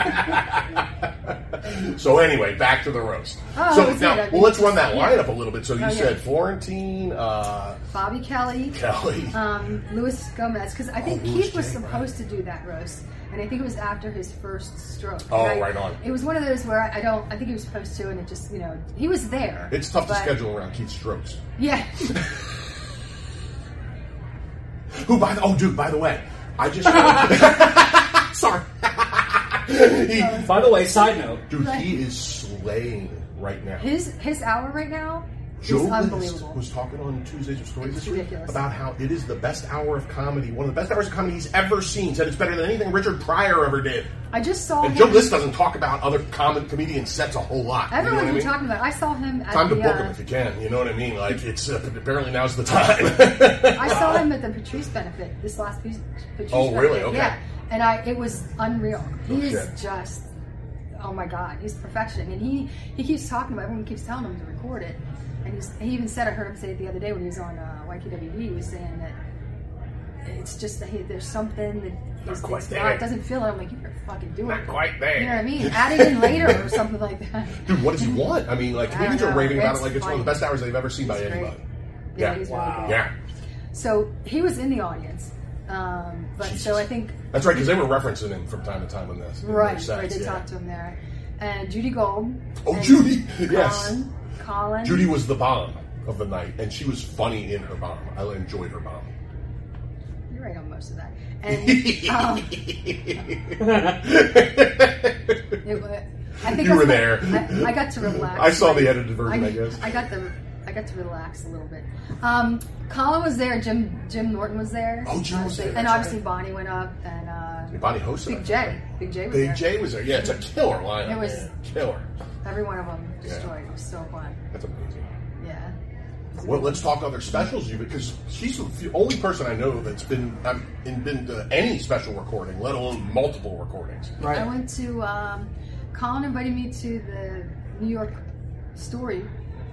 Speaker 3: So anyway, back to the roast.
Speaker 4: Oh,
Speaker 3: so
Speaker 4: is
Speaker 3: now,
Speaker 4: it a-
Speaker 3: well, let's run that lineup a little bit. So you
Speaker 4: Oh, yeah.
Speaker 3: said Florentine, uh,
Speaker 4: Bobby Kelly,
Speaker 3: Kelly.
Speaker 4: um, Luis Gomez, because I think
Speaker 3: Oh, Luis
Speaker 4: Keith was
Speaker 3: J.
Speaker 4: supposed to do that roast, and I think it was after his first stroke.
Speaker 3: Oh,
Speaker 4: And I-
Speaker 3: right on.
Speaker 4: It was one of those where I, I don't. I think he was supposed to, and it just you know he was there.
Speaker 3: it's tough to
Speaker 4: but-
Speaker 3: schedule around Keith Strokes.
Speaker 4: Yeah.
Speaker 3: Who, by the oh, dude, by the way, I just sorry. he,
Speaker 4: Oh,
Speaker 5: By the way, side note.
Speaker 3: dude, he is slaying right now.
Speaker 4: his his hour right now is
Speaker 3: Joe List
Speaker 4: unbelievable.
Speaker 3: was talking on Tuesdays with Stories
Speaker 4: It's
Speaker 3: this week
Speaker 4: ridiculous.
Speaker 3: about how it is the best hour of comedy, one of the best hours of comedy he's ever seen. Said it's better than anything Richard Pryor ever did.
Speaker 4: I just saw
Speaker 3: And
Speaker 4: him.
Speaker 3: Joe List doesn't talk about other common comedian sets a whole lot. You know
Speaker 4: Everyone's
Speaker 3: what I
Speaker 4: been
Speaker 3: mean?
Speaker 4: talking about. it. I saw him. At
Speaker 3: Time to
Speaker 4: the,
Speaker 3: book
Speaker 4: uh,
Speaker 3: him if you can. You know what I mean? Like it's uh, apparently now's the time.
Speaker 4: I saw him at the Patrice benefit this last Patrice
Speaker 3: Oh,
Speaker 4: benefit,
Speaker 3: really? Okay.
Speaker 4: Yeah, and I it was unreal.
Speaker 3: Oh,
Speaker 4: He is
Speaker 3: shit.
Speaker 4: just oh my god, he's perfection, and he he keeps talking about. it. Everyone keeps telling him to record it, and he's, he even said I heard him say it the other day when he was on uh, YKWd. He was saying that it's just that he, there's something that is,
Speaker 3: quite
Speaker 4: it's
Speaker 3: there.
Speaker 4: not, it doesn't feel. it. I'm like you better fucking do
Speaker 3: Not
Speaker 4: it.
Speaker 3: quite there.
Speaker 4: You know what I mean? Add it in later or something like that.
Speaker 3: Dude, what does he want? I mean, like
Speaker 4: I
Speaker 3: comedians
Speaker 4: don't
Speaker 3: are
Speaker 4: know.
Speaker 3: raving about it
Speaker 4: It's
Speaker 3: like it's one of the
Speaker 4: funny.
Speaker 3: best hours they've ever seen by
Speaker 4: He's great.
Speaker 3: anybody.
Speaker 4: Yeah,
Speaker 3: Yeah.
Speaker 4: he's really good.
Speaker 3: Yeah.
Speaker 4: So he was in the audience, um, but so I think
Speaker 3: That's right, because they were referencing him from time to time on this. in their
Speaker 4: Right,
Speaker 3: sets,
Speaker 4: right. They
Speaker 3: yeah.
Speaker 4: talked to him there, and Judy Gold.
Speaker 3: Oh,
Speaker 4: and
Speaker 3: Judy, yes.
Speaker 4: Colin, Colin.
Speaker 3: Judy was the bomb of the night, and she was funny in her bomb. I enjoyed her bomb.
Speaker 4: You're right on most of that. And um, it, wa- I think
Speaker 3: You
Speaker 4: I
Speaker 3: were
Speaker 4: got-
Speaker 3: there.
Speaker 4: I, I got to relax.
Speaker 3: I saw the edited version,
Speaker 4: I,
Speaker 3: I, guess.
Speaker 4: I got the. I got to relax a little bit. Um, Colin was there. Jim Jim Norton was there.
Speaker 3: Oh, Jim was
Speaker 4: obviously,
Speaker 3: there,
Speaker 4: And
Speaker 3: that's
Speaker 4: obviously Bonnie went up and uh,
Speaker 3: Bonnie hosted.
Speaker 4: Big
Speaker 3: it.
Speaker 4: J. Big J was
Speaker 3: Big
Speaker 4: there.
Speaker 3: J was there. Yeah, it's a killer lineup.
Speaker 4: It was-
Speaker 3: man. killer.
Speaker 4: Every one of them
Speaker 3: Yeah.
Speaker 4: destroyed. It was so fun.
Speaker 3: That's amazing.
Speaker 4: Yeah.
Speaker 3: Well, let's talk other specials, you because she's the only person I know that's been I've in, been to any special recording, let alone multiple recordings.
Speaker 4: I went to um, Colin invited me to the New York story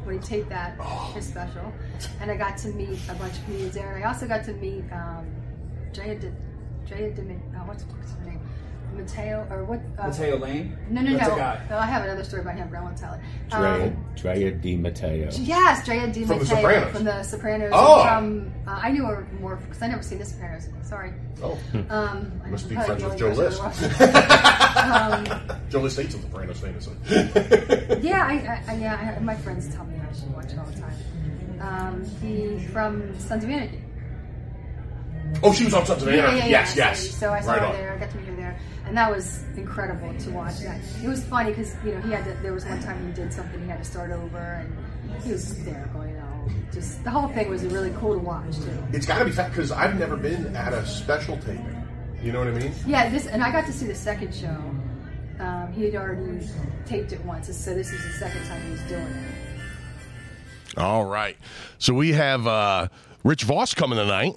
Speaker 4: when he taped that
Speaker 3: Oh.
Speaker 4: his special, and I got to meet a bunch of comedians there, and I also got to meet um, Jaya De, Jaya De, uh, what's, what's her name, Mateo or what? Uh,
Speaker 5: Mateo Lane.
Speaker 4: No, no,
Speaker 5: That's
Speaker 4: no.
Speaker 5: A guy.
Speaker 4: No, I have another story about him, but I won't tell it.
Speaker 8: Drea,
Speaker 4: Um,
Speaker 8: Drea Di Matteo.
Speaker 4: Yes, Drea Di
Speaker 3: From The
Speaker 4: Matteo
Speaker 3: Sopranos.
Speaker 4: from The Sopranos.
Speaker 3: Oh.
Speaker 4: From uh, I knew her more because I never seen The Sopranos. Sorry.
Speaker 3: Oh,
Speaker 4: Um, I
Speaker 3: Must be
Speaker 4: probably
Speaker 3: friends
Speaker 4: the
Speaker 3: with Joe
Speaker 4: only person
Speaker 3: List.
Speaker 4: that watched
Speaker 3: Joe List hates the Sopranos famously.
Speaker 4: Yeah, I, I, I, yeah, I, my friends tell me I should watch it all the time. Um, he from Sons of Anarchy.
Speaker 3: oh, she was on Sons of Anarchy. yes,
Speaker 4: so-
Speaker 3: yes.
Speaker 4: So I saw
Speaker 3: right
Speaker 4: her
Speaker 3: on.
Speaker 4: there. I got to meet her there, and that was incredible to watch. That it was funny because you know he had to, there was one time he did something he had to start over, and he was hysterical. You know, just the whole thing was really cool to watch too.
Speaker 3: It's got to be fat because I've never been at a special taping. You know what I mean?
Speaker 4: Yeah, this and I got to see the second show. Um, he had already taped it once, so this is the second time he was doing it.
Speaker 9: All right. So we have uh, Rich Voss coming tonight.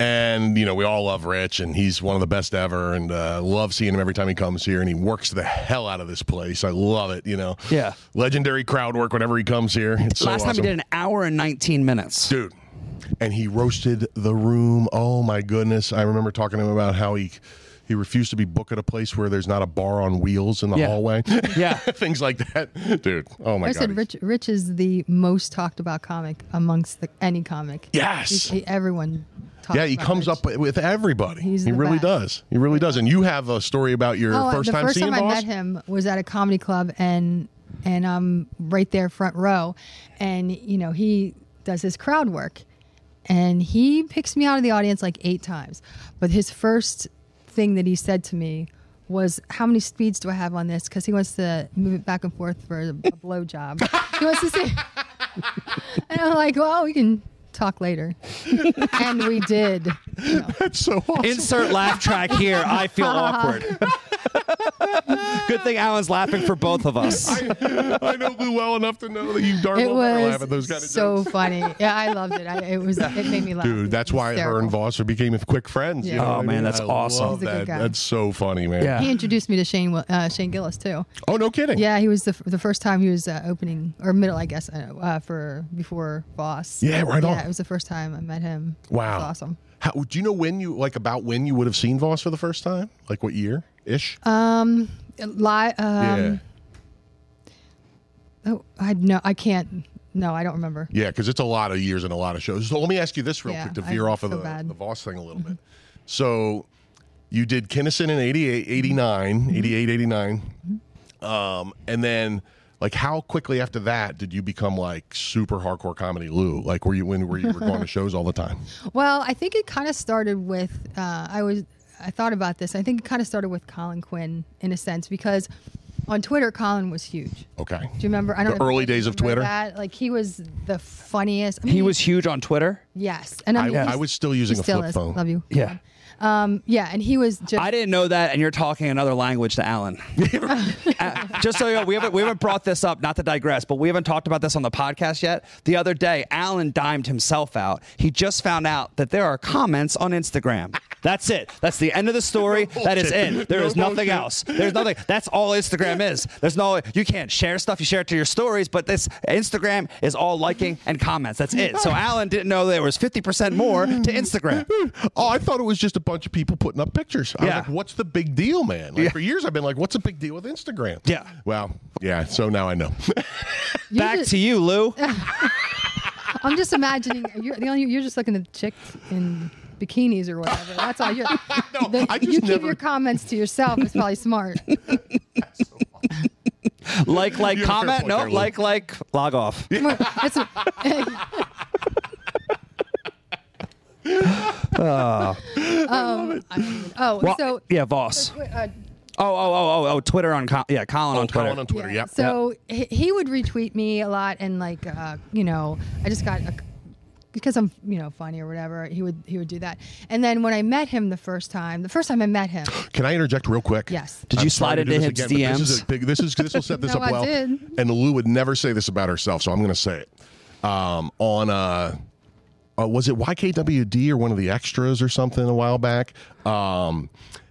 Speaker 9: And, you know, we all love Rich, and he's one of the best ever, and uh, love seeing him every time he comes here, and he works the hell out of this place. I love it, you know.
Speaker 10: Yeah.
Speaker 9: Legendary crowd work whenever he comes here. It's so
Speaker 10: Last time
Speaker 9: awesome.
Speaker 10: we did an hour and 19 minutes.
Speaker 9: dude. And he roasted the room. Oh my goodness! I remember talking to him about how he he refused to be booked at a place where there's not a bar on wheels in the
Speaker 10: Yeah.
Speaker 9: hallway.
Speaker 10: Yeah.
Speaker 9: things like that, dude. Oh my
Speaker 4: I
Speaker 9: god!
Speaker 4: said Rich. Rich is the most talked about comic amongst the, any comic.
Speaker 9: Yes.
Speaker 4: He- everyone. Talks
Speaker 9: yeah, he
Speaker 4: about
Speaker 9: comes
Speaker 4: Rich.
Speaker 9: up with everybody.
Speaker 4: He's
Speaker 9: he
Speaker 4: the
Speaker 9: really
Speaker 4: best.
Speaker 9: does. He really does. And you have a story about your
Speaker 4: Oh,
Speaker 9: first
Speaker 4: the
Speaker 9: time
Speaker 4: first
Speaker 9: seeing
Speaker 4: time I
Speaker 9: Boss?
Speaker 4: met him was at a comedy club, and and I'm right there front row, and you know he does his crowd work, and he picks me out of the audience like eight times, but his first thing that he said to me was how many speeds do I have on this because he wants to move it back and forth for a, a blowjob. he wants to see. And I'm like, well, we can talk later. and we did.
Speaker 9: That's so awesome.
Speaker 10: Insert laugh track here. I feel awkward. Good thing Alan's laughing for both of us.
Speaker 9: I, I know Lou well enough to know that you darn
Speaker 4: It
Speaker 9: well better laugh at those
Speaker 4: was
Speaker 9: kind of
Speaker 4: so
Speaker 9: jokes.
Speaker 4: funny. Yeah, I loved it. I, it was. It made me laugh. It
Speaker 9: Dude, that's
Speaker 4: was
Speaker 9: why her and
Speaker 4: hysterical.
Speaker 9: Vosser became quick friends. you
Speaker 4: Yeah.
Speaker 9: know
Speaker 4: Oh,
Speaker 9: what I
Speaker 10: man,
Speaker 9: mean?
Speaker 10: that's
Speaker 9: I
Speaker 10: awesome.
Speaker 9: love
Speaker 4: He's a good
Speaker 9: that.
Speaker 4: guy.
Speaker 9: That's so funny, man.
Speaker 10: Yeah.
Speaker 4: He introduced me to Shane Wil- uh, Shane Gillis too.
Speaker 9: Oh, no kidding.
Speaker 4: Yeah, he was the the first time he was uh, opening or middle, I guess, uh, uh, for before Boss.
Speaker 9: Yeah, right on.
Speaker 4: Yeah, it was the first time I met him.
Speaker 9: Wow.
Speaker 4: it was awesome.
Speaker 9: How, do you know when you like about when you would have seen Voss for the first time? Like what year ish?
Speaker 4: Um, li- um, oh, I no, I can't. No, I don't remember.
Speaker 9: Yeah, because it's a lot of years and a lot of shows. So let me ask you this real
Speaker 4: Yeah,
Speaker 9: quick to
Speaker 4: I
Speaker 9: veer off of the,
Speaker 4: feel bad.
Speaker 9: the Voss thing a little bit. So you did Kinnison in 88, 89,
Speaker 4: Mm-hmm.
Speaker 9: 88, 89. Um, and then like how quickly after that did you become like super hardcore comedy Lou? Like were you when were you were going to shows all the time?
Speaker 4: Well, I think it kind of started with uh, I was I thought about this. I think it kind of started with Colin Quinn in a sense because on Twitter, Colin was huge.
Speaker 9: Okay.
Speaker 4: Do you remember? I don't
Speaker 9: The
Speaker 4: know if you
Speaker 9: early days of
Speaker 4: remember
Speaker 9: Twitter?
Speaker 4: That. Like he was the funniest. I mean,
Speaker 10: He was huge on Twitter.
Speaker 4: yes, and I,
Speaker 9: I,
Speaker 4: mean, he's-
Speaker 9: I was still using
Speaker 4: he
Speaker 9: a
Speaker 4: still
Speaker 9: flip
Speaker 4: is.
Speaker 9: phone.
Speaker 4: Love you.
Speaker 10: Yeah.
Speaker 4: Um, yeah, and he was just
Speaker 10: I didn't know that, and you're talking another language to Alan. Uh, just so you know, we haven't we haven't brought this up. Not to digress, but we haven't talked about this on the podcast yet. The other day, Alan dimed himself out. He just found out that there are comments on Instagram. That's it. That's the end of the story. that is it. There
Speaker 9: No
Speaker 10: is nothing
Speaker 9: bullshit.
Speaker 10: else. There's nothing. That's all Instagram is. There's no. You can't share stuff. You share it to your stories, but this Instagram is all liking and comments. That's it. So Alan didn't know there was 50% more to Instagram.
Speaker 9: Oh, I thought it was just a bunch of people putting up pictures. I
Speaker 10: Yeah.
Speaker 9: was like, what's the big deal, man? Like
Speaker 10: Yeah.
Speaker 9: for years I've been like, what's the big deal with Instagram?
Speaker 10: Yeah.
Speaker 9: Well, yeah, so now I know.
Speaker 10: Back to you, Lou.
Speaker 4: I'm just imagining you're the only you're just looking at chicks in bikinis or whatever. That's all you're. Then
Speaker 9: I just
Speaker 4: you keep
Speaker 9: never-
Speaker 4: your comments to yourself. It's probably smart.
Speaker 10: like like
Speaker 9: You have a fair
Speaker 10: comment
Speaker 9: point
Speaker 10: no
Speaker 9: there, Lou.
Speaker 10: like like log off
Speaker 4: That's a- um, I don't even- oh,
Speaker 10: Well,
Speaker 4: so
Speaker 10: yeah voss oh
Speaker 4: uh,
Speaker 10: oh oh oh oh twitter on Col- yeah colin on twitter
Speaker 9: Oh, Colin on Twitter, yep.
Speaker 4: So he, he would retweet me a lot, and like uh, you know, I just got a, because I'm you know funny or whatever. He would he would do that, and then when I met him the first time, the first time I met him,
Speaker 9: Can I interject real quick?
Speaker 4: Yes.
Speaker 10: Did you
Speaker 9: sorry to
Speaker 10: slide
Speaker 9: do
Speaker 10: into
Speaker 9: this
Speaker 10: his
Speaker 9: again, but This
Speaker 10: DMs?
Speaker 9: is a big, this is this will set this
Speaker 4: No,
Speaker 9: up
Speaker 4: I
Speaker 9: well.
Speaker 4: did.
Speaker 9: And Lou would never say this about herself, so I'm going to say it. Um, on uh, uh, was it YKWd or one of the extras or something a while back? Um,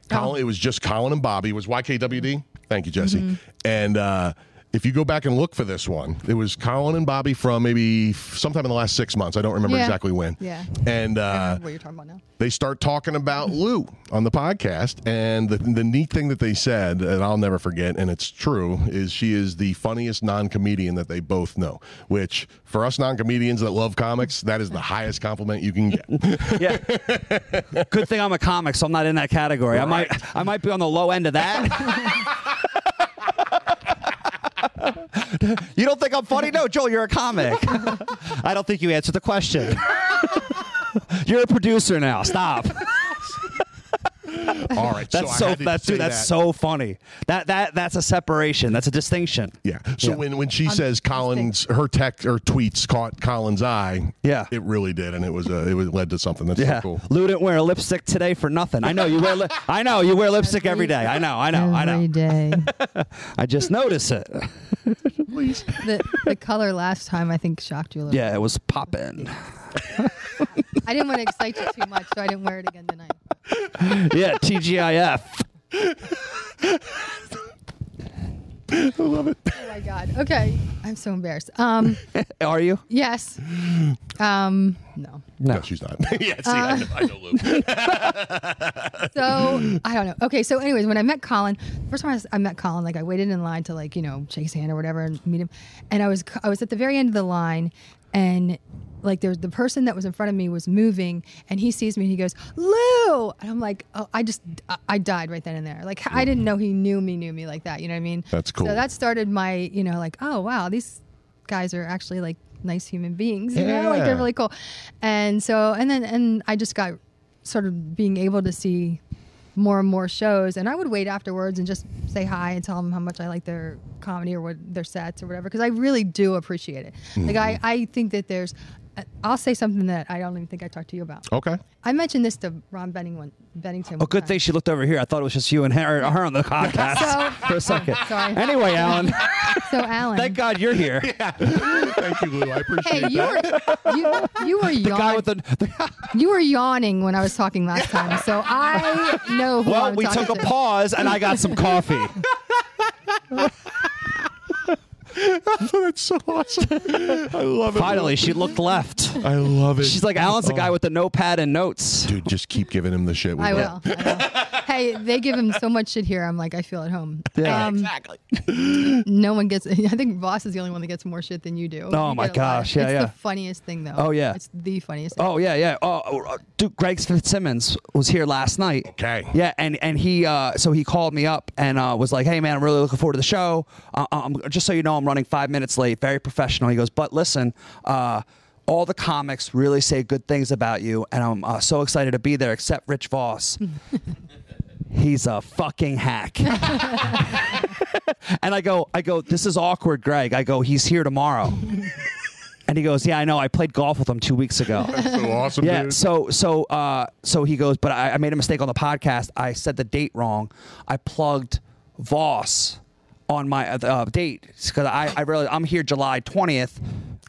Speaker 4: Oh.
Speaker 9: Colin, it was just Colin and Bobby. It was YKWd? Thank you, Jesse.
Speaker 4: Mm-hmm.
Speaker 9: And uh, if you go back and look for this one, it was Colin and Bobby from maybe sometime in the last six months. I don't remember
Speaker 4: Yeah.
Speaker 9: exactly when.
Speaker 4: Yeah.
Speaker 9: And uh,
Speaker 4: what you're talking about now.
Speaker 9: they start talking about
Speaker 10: Mm-hmm.
Speaker 9: Lou on the podcast. And the, the neat thing that they said, and I'll never forget, and it's true, is she is the funniest non comedian that they both know, which for us non comedians that love comics, that is the highest compliment you can get.
Speaker 10: yeah good thing i'm a comic so i'm not in that category i might i might be on the low end of that you don't think i'm funny no joel you're a comic i don't think you answered the question you're a producer now stop
Speaker 9: All right.
Speaker 10: that's
Speaker 9: I
Speaker 10: so,
Speaker 9: had to
Speaker 10: that's dude
Speaker 9: say
Speaker 10: that's
Speaker 9: that.
Speaker 10: so funny that that that's a separation that's a distinction
Speaker 9: Yeah. So
Speaker 10: Yeah.
Speaker 9: when when she says Collins, her text or tweets caught Colin's eye.
Speaker 10: Yeah.
Speaker 9: It really did, and it was uh, it was led to something that's
Speaker 10: Yeah,
Speaker 9: so cool.
Speaker 10: Lou didn't wear lipstick today for nothing. I know you wear. Li- I know you wear lipstick every day. I know. I know. I
Speaker 4: Every
Speaker 10: know.
Speaker 4: day.
Speaker 10: I just noticed it.
Speaker 4: the, the color last time I think shocked you a little.
Speaker 10: Yeah, it was popping.
Speaker 4: I didn't want to excite you too much, so I didn't wear it again tonight.
Speaker 10: Yeah, TGIF.
Speaker 4: Oh my god. Okay, I'm so embarrassed. Um,
Speaker 10: Are you?
Speaker 4: yes. Um, no.
Speaker 9: No, she's not. yeah, see, I, know, I know Lou.
Speaker 4: So I don't know. Okay, so anyways, when I met Colin, first time I s- I met Colin, like I waited in line to like you know shake his hand or whatever and meet him, and I was c- I was at the very end of the line, and like there was the person that was in front of me was moving, and he sees me and he goes Lou, and I'm like oh I just I- I died right then and there. Like I didn't know he knew me knew me like that. You know what I mean?
Speaker 9: That's cool.
Speaker 4: So that started my you know like oh wow these guys are actually like nice human beings. You know like
Speaker 9: Yeah.
Speaker 4: they're really cool, and so and then and I just got sort of being able to see more and more shows and i would wait afterwards and just say hi and tell them how much i like their
Speaker 10: Mm-hmm.
Speaker 4: comedy or what their sets or whatever because i really do appreciate it like I, I think that there's uh, I'll say something that I don't even think I talked to you about.
Speaker 9: Okay.
Speaker 4: I mentioned this to Ron Benning one, Bennington.
Speaker 10: Oh,
Speaker 4: one
Speaker 10: good
Speaker 4: time.
Speaker 10: thing she looked over here. I thought it was just you and her, her on the podcast
Speaker 4: So-
Speaker 10: for a second.
Speaker 4: Sorry.
Speaker 10: Anyway, Alan,
Speaker 4: So Alan,
Speaker 10: thank God you're here.
Speaker 9: Thank you, Lou. I appreciate
Speaker 4: hey, you were you, you were
Speaker 10: The guy
Speaker 4: yawning.
Speaker 10: with the. the
Speaker 4: you were yawning when I was talking last time, so I know. Who
Speaker 10: well,
Speaker 4: I'm
Speaker 10: we
Speaker 4: talking
Speaker 10: took a
Speaker 4: to.
Speaker 10: pause and I got some coffee.
Speaker 9: That's so awesome. I love it.
Speaker 10: Finally, she looked left.
Speaker 9: I love it.
Speaker 10: She's like, Alan's the guy with the notepad and notes.
Speaker 9: dude, just keep giving him the shit. We
Speaker 4: I will. I will. hey, they give him so much shit here. I'm like, I feel at home.
Speaker 10: Yeah.
Speaker 4: exactly. No one gets. I think Voss is the only one that gets more shit than you do.
Speaker 10: Oh,
Speaker 4: You
Speaker 10: my
Speaker 4: get a lot of-
Speaker 10: gosh. Yeah,
Speaker 4: it's
Speaker 10: yeah.
Speaker 4: the funniest thing though.
Speaker 10: Oh, yeah.
Speaker 4: it's the funniest. Thing.
Speaker 10: Oh yeah, yeah. Oh, Oh, uh, dude, Greg Fitzsimmons was here last night.
Speaker 9: Okay.
Speaker 10: Yeah, and and he uh, so he called me up and uh, was like, "Hey man, I'm really looking forward to the show. Uh, um, just so you know, I'm running five minutes late. Very professional." He goes, "But listen." Uh, all the comics really say good things about you, and I'm uh, so excited to be there. Except Rich Voss, he's a fucking hack. and I go, I go, this is awkward, Greg. I go, he's here tomorrow, and he goes, yeah, I know. I played golf with him two weeks ago.
Speaker 9: So awesome,
Speaker 10: Yeah.
Speaker 9: dude.
Speaker 10: So so uh, so he goes, but I, I made a mistake on the podcast. I said the date wrong. I plugged Voss on my uh, uh, date because I I realized I'm here July 20th.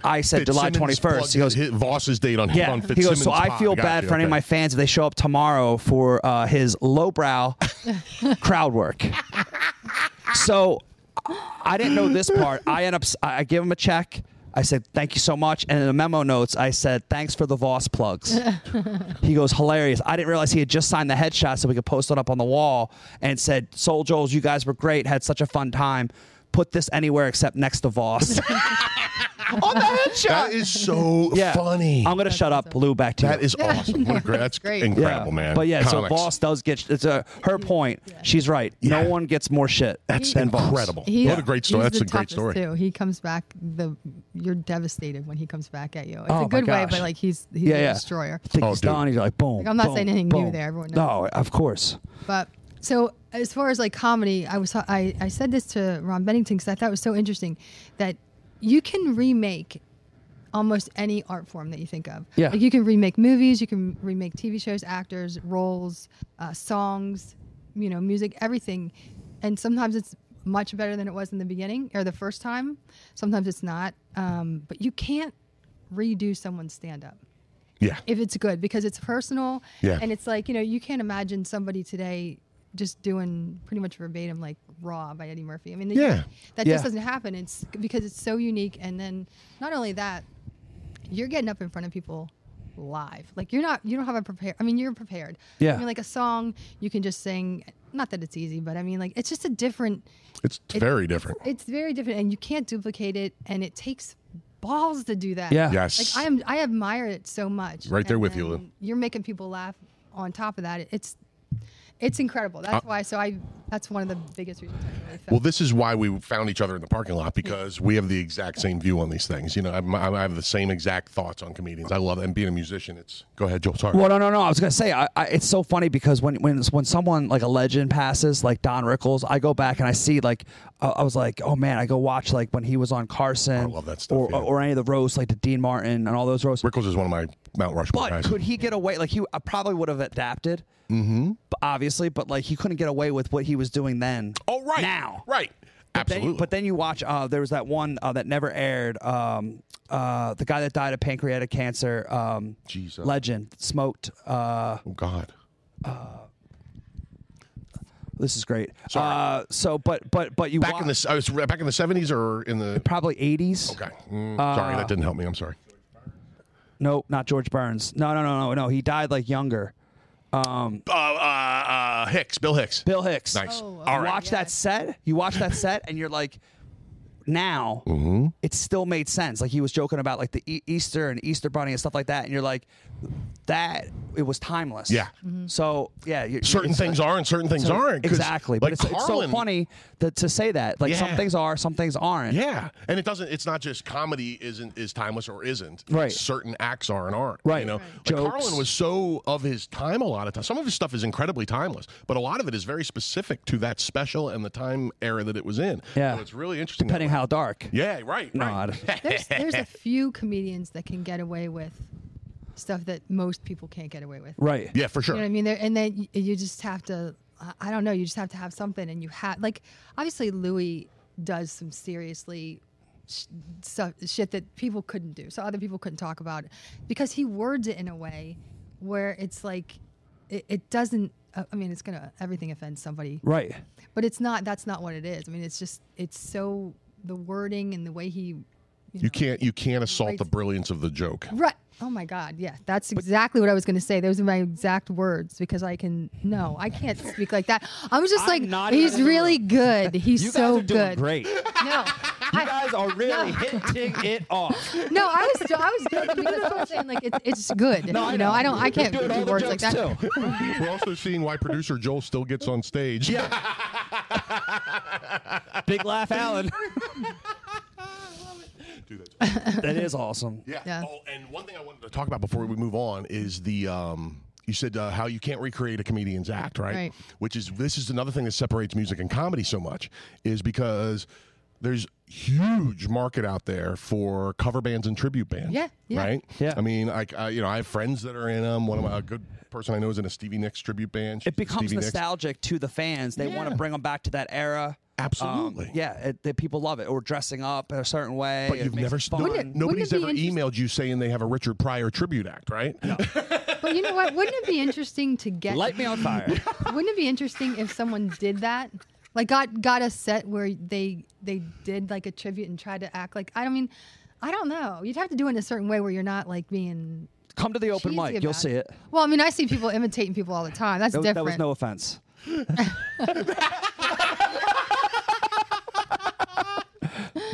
Speaker 10: I said July
Speaker 9: Fitzsimmons
Speaker 10: 21st. He
Speaker 9: plugged
Speaker 10: goes.
Speaker 9: his- Voss's date on,
Speaker 10: Yeah,
Speaker 9: on
Speaker 10: he goes.
Speaker 9: Fitzsimmons.
Speaker 10: So I
Speaker 9: pod.
Speaker 10: feel
Speaker 9: Got
Speaker 10: bad
Speaker 9: you,
Speaker 10: for any of
Speaker 9: okay.
Speaker 10: my fans if they show up tomorrow for uh, his lowbrow crowd work. So I didn't know this part. I end up I I give him a check. I said thank you so much, and in the memo notes I said thanks for the Voss plugs. he goes hilarious. I didn't realize he had just signed the headshot so we could post it up on the wall and said Soul Joel's, you guys were great, had such a fun time. Put this anywhere except next to Voss. on the headshot.
Speaker 9: That is so
Speaker 10: Yeah.
Speaker 9: funny.
Speaker 10: I'm gonna shut up. Lou, back to you.
Speaker 9: that is awesome. What a great, that's
Speaker 4: Great.
Speaker 9: incredible, man.
Speaker 10: But yeah, so
Speaker 9: Comics.
Speaker 10: Voss does get. It's a her point. She's right.
Speaker 9: Yeah.
Speaker 10: No one gets more shit.
Speaker 9: That's
Speaker 10: than Voss.
Speaker 9: incredible.
Speaker 4: He's-
Speaker 9: What a great story.
Speaker 4: he's
Speaker 9: That's
Speaker 4: the
Speaker 9: a great
Speaker 4: toughest,
Speaker 9: story.
Speaker 4: Too. He comes back. The you're devastated when he comes back at you. It's
Speaker 10: Oh, my
Speaker 4: a good way,
Speaker 10: gosh.
Speaker 4: but like he's he's
Speaker 10: Yeah,
Speaker 4: a
Speaker 10: yeah.
Speaker 4: destroyer.
Speaker 10: I think
Speaker 9: Oh,
Speaker 10: he's
Speaker 9: dude.
Speaker 10: done. He's like boom.
Speaker 4: Like, I'm not
Speaker 10: boom,
Speaker 4: saying anything new
Speaker 10: boom.
Speaker 4: there. Everyone knows.
Speaker 10: No, of course.
Speaker 4: But so as far as like comedy, I was I, I said this to Ron Bennington because I thought it was so interesting that you can remake almost any art form that you think of.
Speaker 10: Yeah.
Speaker 4: Like you can remake movies, you can remake TV shows, actors, roles, uh, songs, you know, music, everything. And sometimes it's much better than it was in the beginning or the first time. Sometimes it's not. Um, but you can't redo someone's stand up
Speaker 9: Yeah.
Speaker 4: if it's good because it's personal
Speaker 9: Yeah.
Speaker 4: and it's like you know you can't imagine somebody today just doing pretty much verbatim like raw by eddie murphy i mean
Speaker 9: Yeah.
Speaker 4: that
Speaker 10: Yeah.
Speaker 4: just doesn't happen it's because it's so unique and then not only that you're getting up in front of people live like you're not you don't have a prepared i mean you're prepared
Speaker 10: Yeah.
Speaker 4: i mean like a song you can just sing not that it's easy but i mean like it's just a different
Speaker 9: It's
Speaker 4: it-
Speaker 9: very different.
Speaker 4: It's very different, and you can't duplicate it, and it takes balls to do that.
Speaker 10: Yeah.
Speaker 9: Yes.
Speaker 4: Like I am, I admire it so much.
Speaker 9: Right there
Speaker 4: And
Speaker 9: with you,
Speaker 4: then
Speaker 9: Lou.
Speaker 4: You're making people laugh. On top of that, it's it's incredible. That's why. So I, that's one of the biggest reasons. I really fell.
Speaker 9: Uh Well, this is why we found each other in the parking lot because we have the exact same view on these things. You know, I'm, I'm- I have the same exact thoughts on comedians. I love it. And being a musician, it's go ahead, Joel. Sorry.
Speaker 10: Well, no, no, no. I was gonna say, I, I, it's so funny because when when when someone like a legend passes, like Don Rickles, I go back and I see like uh, I was like, oh man, I go watch like when he was on Carson,
Speaker 9: love that stuff,
Speaker 10: or,
Speaker 9: yeah.
Speaker 10: or any of the roasts, like the Dean Martin and all those roasts.
Speaker 9: Rickles is one of my Mount Rushmore
Speaker 10: But
Speaker 9: guys.
Speaker 10: could he get away? Like he I probably would have adapted, mm-hmm. obviously. But like he couldn't get away with what he was doing then.
Speaker 9: Oh, right.
Speaker 10: now,
Speaker 9: Right.
Speaker 10: But then-
Speaker 9: Absolutely.
Speaker 10: but then you watch. Uh, there was that one uh, that never aired. Um, uh, the guy that died of pancreatic cancer. Um,
Speaker 9: Jesus.
Speaker 10: Legend smoked. Uh,
Speaker 9: oh, God.
Speaker 10: this is great.
Speaker 9: Sorry.
Speaker 10: Uh, so, but but but you
Speaker 9: Back
Speaker 10: wa-
Speaker 9: in the I was back in the 70s or in the
Speaker 10: probably eighties.
Speaker 9: Okay. Mm, sorry, that didn't help me. I'm sorry.
Speaker 10: Nope, not George Burns. No, no, no, no, no. He died like younger. Um,
Speaker 9: Uh, uh, uh, Hicks, Bill Hicks.
Speaker 10: Bill Hicks.
Speaker 9: Nice.
Speaker 4: Oh,
Speaker 9: All right.
Speaker 10: you watch that set. You watch that set, and you're like, now it still made sense. Like he was joking about like the e- Easter and Easter Bunny and stuff like that, and you're like, that it was timeless.
Speaker 9: Yeah.
Speaker 4: Mm-hmm.
Speaker 10: So yeah, you-
Speaker 9: Certain
Speaker 10: it's-
Speaker 9: things are and certain things
Speaker 10: so-
Speaker 9: aren't. 'cause,
Speaker 10: exactly. But
Speaker 9: like
Speaker 10: it's, it's so
Speaker 9: Carlin-
Speaker 10: funny that to say that like some
Speaker 9: Yeah.
Speaker 10: things are, some things aren't.
Speaker 9: Yeah, and it doesn't. It's not just comedy isn't is timeless or isn't.
Speaker 10: Right.
Speaker 9: It's Certain acts are and aren't.
Speaker 10: Right.
Speaker 9: You know,
Speaker 10: Right.
Speaker 9: like
Speaker 10: Jokes.
Speaker 9: Carlin was so of his time a lot of times. Some of his stuff is incredibly timeless, but a lot of it is very specific to that special and the time era that it was in.
Speaker 10: Yeah.
Speaker 9: So it's really interesting. that
Speaker 10: Depending
Speaker 9: way.
Speaker 10: Hal Dark.
Speaker 9: Yeah, right.
Speaker 10: No,
Speaker 9: right.
Speaker 10: I don't-
Speaker 4: There's, there's a few comedians that can get away with stuff that most people can't get away with.
Speaker 10: right.
Speaker 9: Yeah, for
Speaker 4: You
Speaker 9: sure.
Speaker 4: know what I mean? There- And then y- you just have to, I- I don't know, you just have to have something. And you have, like, obviously, Louis does some seriously sh- stuff, shit that people couldn't do. So other people couldn't talk about it because he words it in a way where it's like, it, it doesn't, uh, I mean, it's going to, everything offends somebody.
Speaker 10: Right.
Speaker 4: But it's not, that's not what it is. I mean, it's just, it's so, the wording and the way he, you,
Speaker 9: You
Speaker 4: know,
Speaker 9: can't you can't assault
Speaker 4: Right.
Speaker 9: the brilliance of the joke.
Speaker 4: Right. Oh my God. Yeah, that's exactly what I was going to say. Those are my exact words because I can. No, I can't speak like that. I was just
Speaker 10: I'm
Speaker 4: like,
Speaker 10: not
Speaker 4: he's
Speaker 10: even-
Speaker 4: really good. He's
Speaker 10: You guys
Speaker 4: so
Speaker 10: are doing
Speaker 4: good.
Speaker 10: great. You
Speaker 4: No. I,
Speaker 10: guys are really hitting it off.
Speaker 4: no, I was, I was joking because I was saying like it's, it's good.
Speaker 10: No, I
Speaker 4: you know,
Speaker 10: know.
Speaker 4: I don't, I can't
Speaker 10: You're doing all
Speaker 4: do
Speaker 10: the
Speaker 4: words like
Speaker 10: jokes,
Speaker 4: that.
Speaker 10: too.
Speaker 9: We're also seeing why producer Joel still gets on stage. Yeah.
Speaker 10: Big laugh, Alan.
Speaker 9: Dude, that's awesome.
Speaker 10: That is awesome.
Speaker 9: yeah.
Speaker 4: Yeah.
Speaker 9: Oh, and one thing I wanted to talk about before we move on is the um you said uh, how you can't recreate a comedian's act, right?
Speaker 4: Right.
Speaker 9: Which is this is another thing that separates music and comedy so much is because there's huge market out there for cover bands and tribute bands.
Speaker 4: Yeah, yeah.
Speaker 9: Right.
Speaker 10: Yeah.
Speaker 9: I mean, like I, you know, I have friends that are in them. One of my a good person I know is in a Stevie Nicks tribute band.
Speaker 10: It becomes
Speaker 9: Stevie Nicks.
Speaker 10: nostalgic to the fans. They want
Speaker 9: Yeah.
Speaker 10: to bring them back to that era. Um,
Speaker 9: Absolutely.
Speaker 10: yeah, it, the people love it. Or dressing up in a certain way.
Speaker 9: But
Speaker 10: It
Speaker 9: you've
Speaker 10: makes
Speaker 9: never
Speaker 10: it
Speaker 9: s-
Speaker 10: fun.
Speaker 9: no-
Speaker 4: Wouldn't it-
Speaker 9: nobody's ever
Speaker 4: wouldn't it be
Speaker 9: emailed you saying they have a Richard Pryor tribute act, right?
Speaker 4: But you know what? Wouldn't it be interesting to get?
Speaker 10: Light me on fire.
Speaker 4: Wouldn't it be interesting if someone did that? Like got got a set where they they did like a tribute and tried to act like I don't mean I don't know. You'd have to do it in a certain way where you're not like being
Speaker 10: Come to the open
Speaker 4: cheesy
Speaker 10: mic. You'll
Speaker 4: about
Speaker 10: see it.
Speaker 4: Well, I mean, I see people imitating people all the time. That's
Speaker 10: That, was-
Speaker 4: different.
Speaker 10: that was no offense.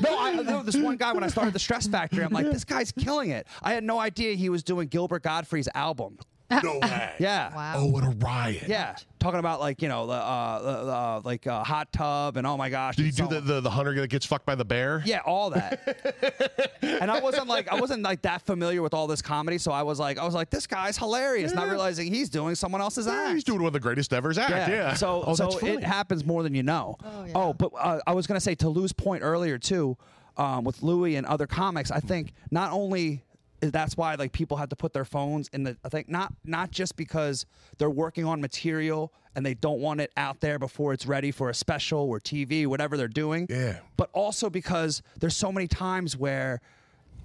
Speaker 10: No, I know this one guy when I started the Stress Factory. I'm like, this guy's killing it. I had no idea he was doing Gilbert Godfrey's album.
Speaker 9: no way.
Speaker 10: Yeah.
Speaker 4: Wow.
Speaker 9: Oh, what a riot.
Speaker 10: Yeah. Talking about like you know the uh, the- the, uh, like uh, hot tub and oh my gosh.
Speaker 9: Did he
Speaker 10: it's
Speaker 9: do
Speaker 10: so-
Speaker 9: the, the the hunter that gets fucked by the bear?
Speaker 10: Yeah, all that. and I wasn't like I wasn't like that familiar with all this comedy, so I was like I was like this guy's hilarious, not
Speaker 9: Yeah.
Speaker 10: realizing he's doing someone else's
Speaker 9: Yeah,
Speaker 10: act.
Speaker 9: he's doing one of the greatest ever's act. Yeah.
Speaker 10: So
Speaker 9: oh,
Speaker 10: so
Speaker 9: that's funny.
Speaker 10: it happens more than you know.
Speaker 4: Oh, yeah.
Speaker 10: but uh, I was gonna say to Lou's point earlier too, um, with Louis and other comics, I think not only is that's why like people have to put their phones in the I think not not just because they're working on material and they don't want it out there before it's ready for a special or TV, whatever they're doing.
Speaker 9: Yeah.
Speaker 10: But also because there's so many times where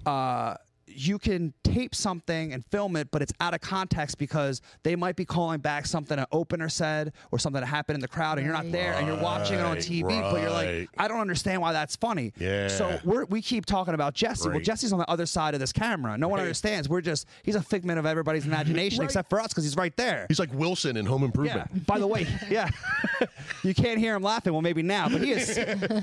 Speaker 10: uh, you can tape something and film it, but it's out of context because they might be calling back something an opener said or something that happened in the crowd, and you're not there, and you're watching it on
Speaker 9: Right,
Speaker 10: TV, but you're
Speaker 9: right.
Speaker 10: like, I don't understand why that's funny.
Speaker 9: Yeah.
Speaker 10: So we're, we keep talking about Jesse. Well,
Speaker 9: Right.
Speaker 10: Jesse's on the other side of this camera. No one understands. We're just he's a figment of everybody's imagination except for us because he's right there.
Speaker 9: He's like Wilson in Home
Speaker 10: Yeah.
Speaker 9: Improvement.
Speaker 10: By the way, yeah. you can't hear him laughing. Well, maybe now, but he is.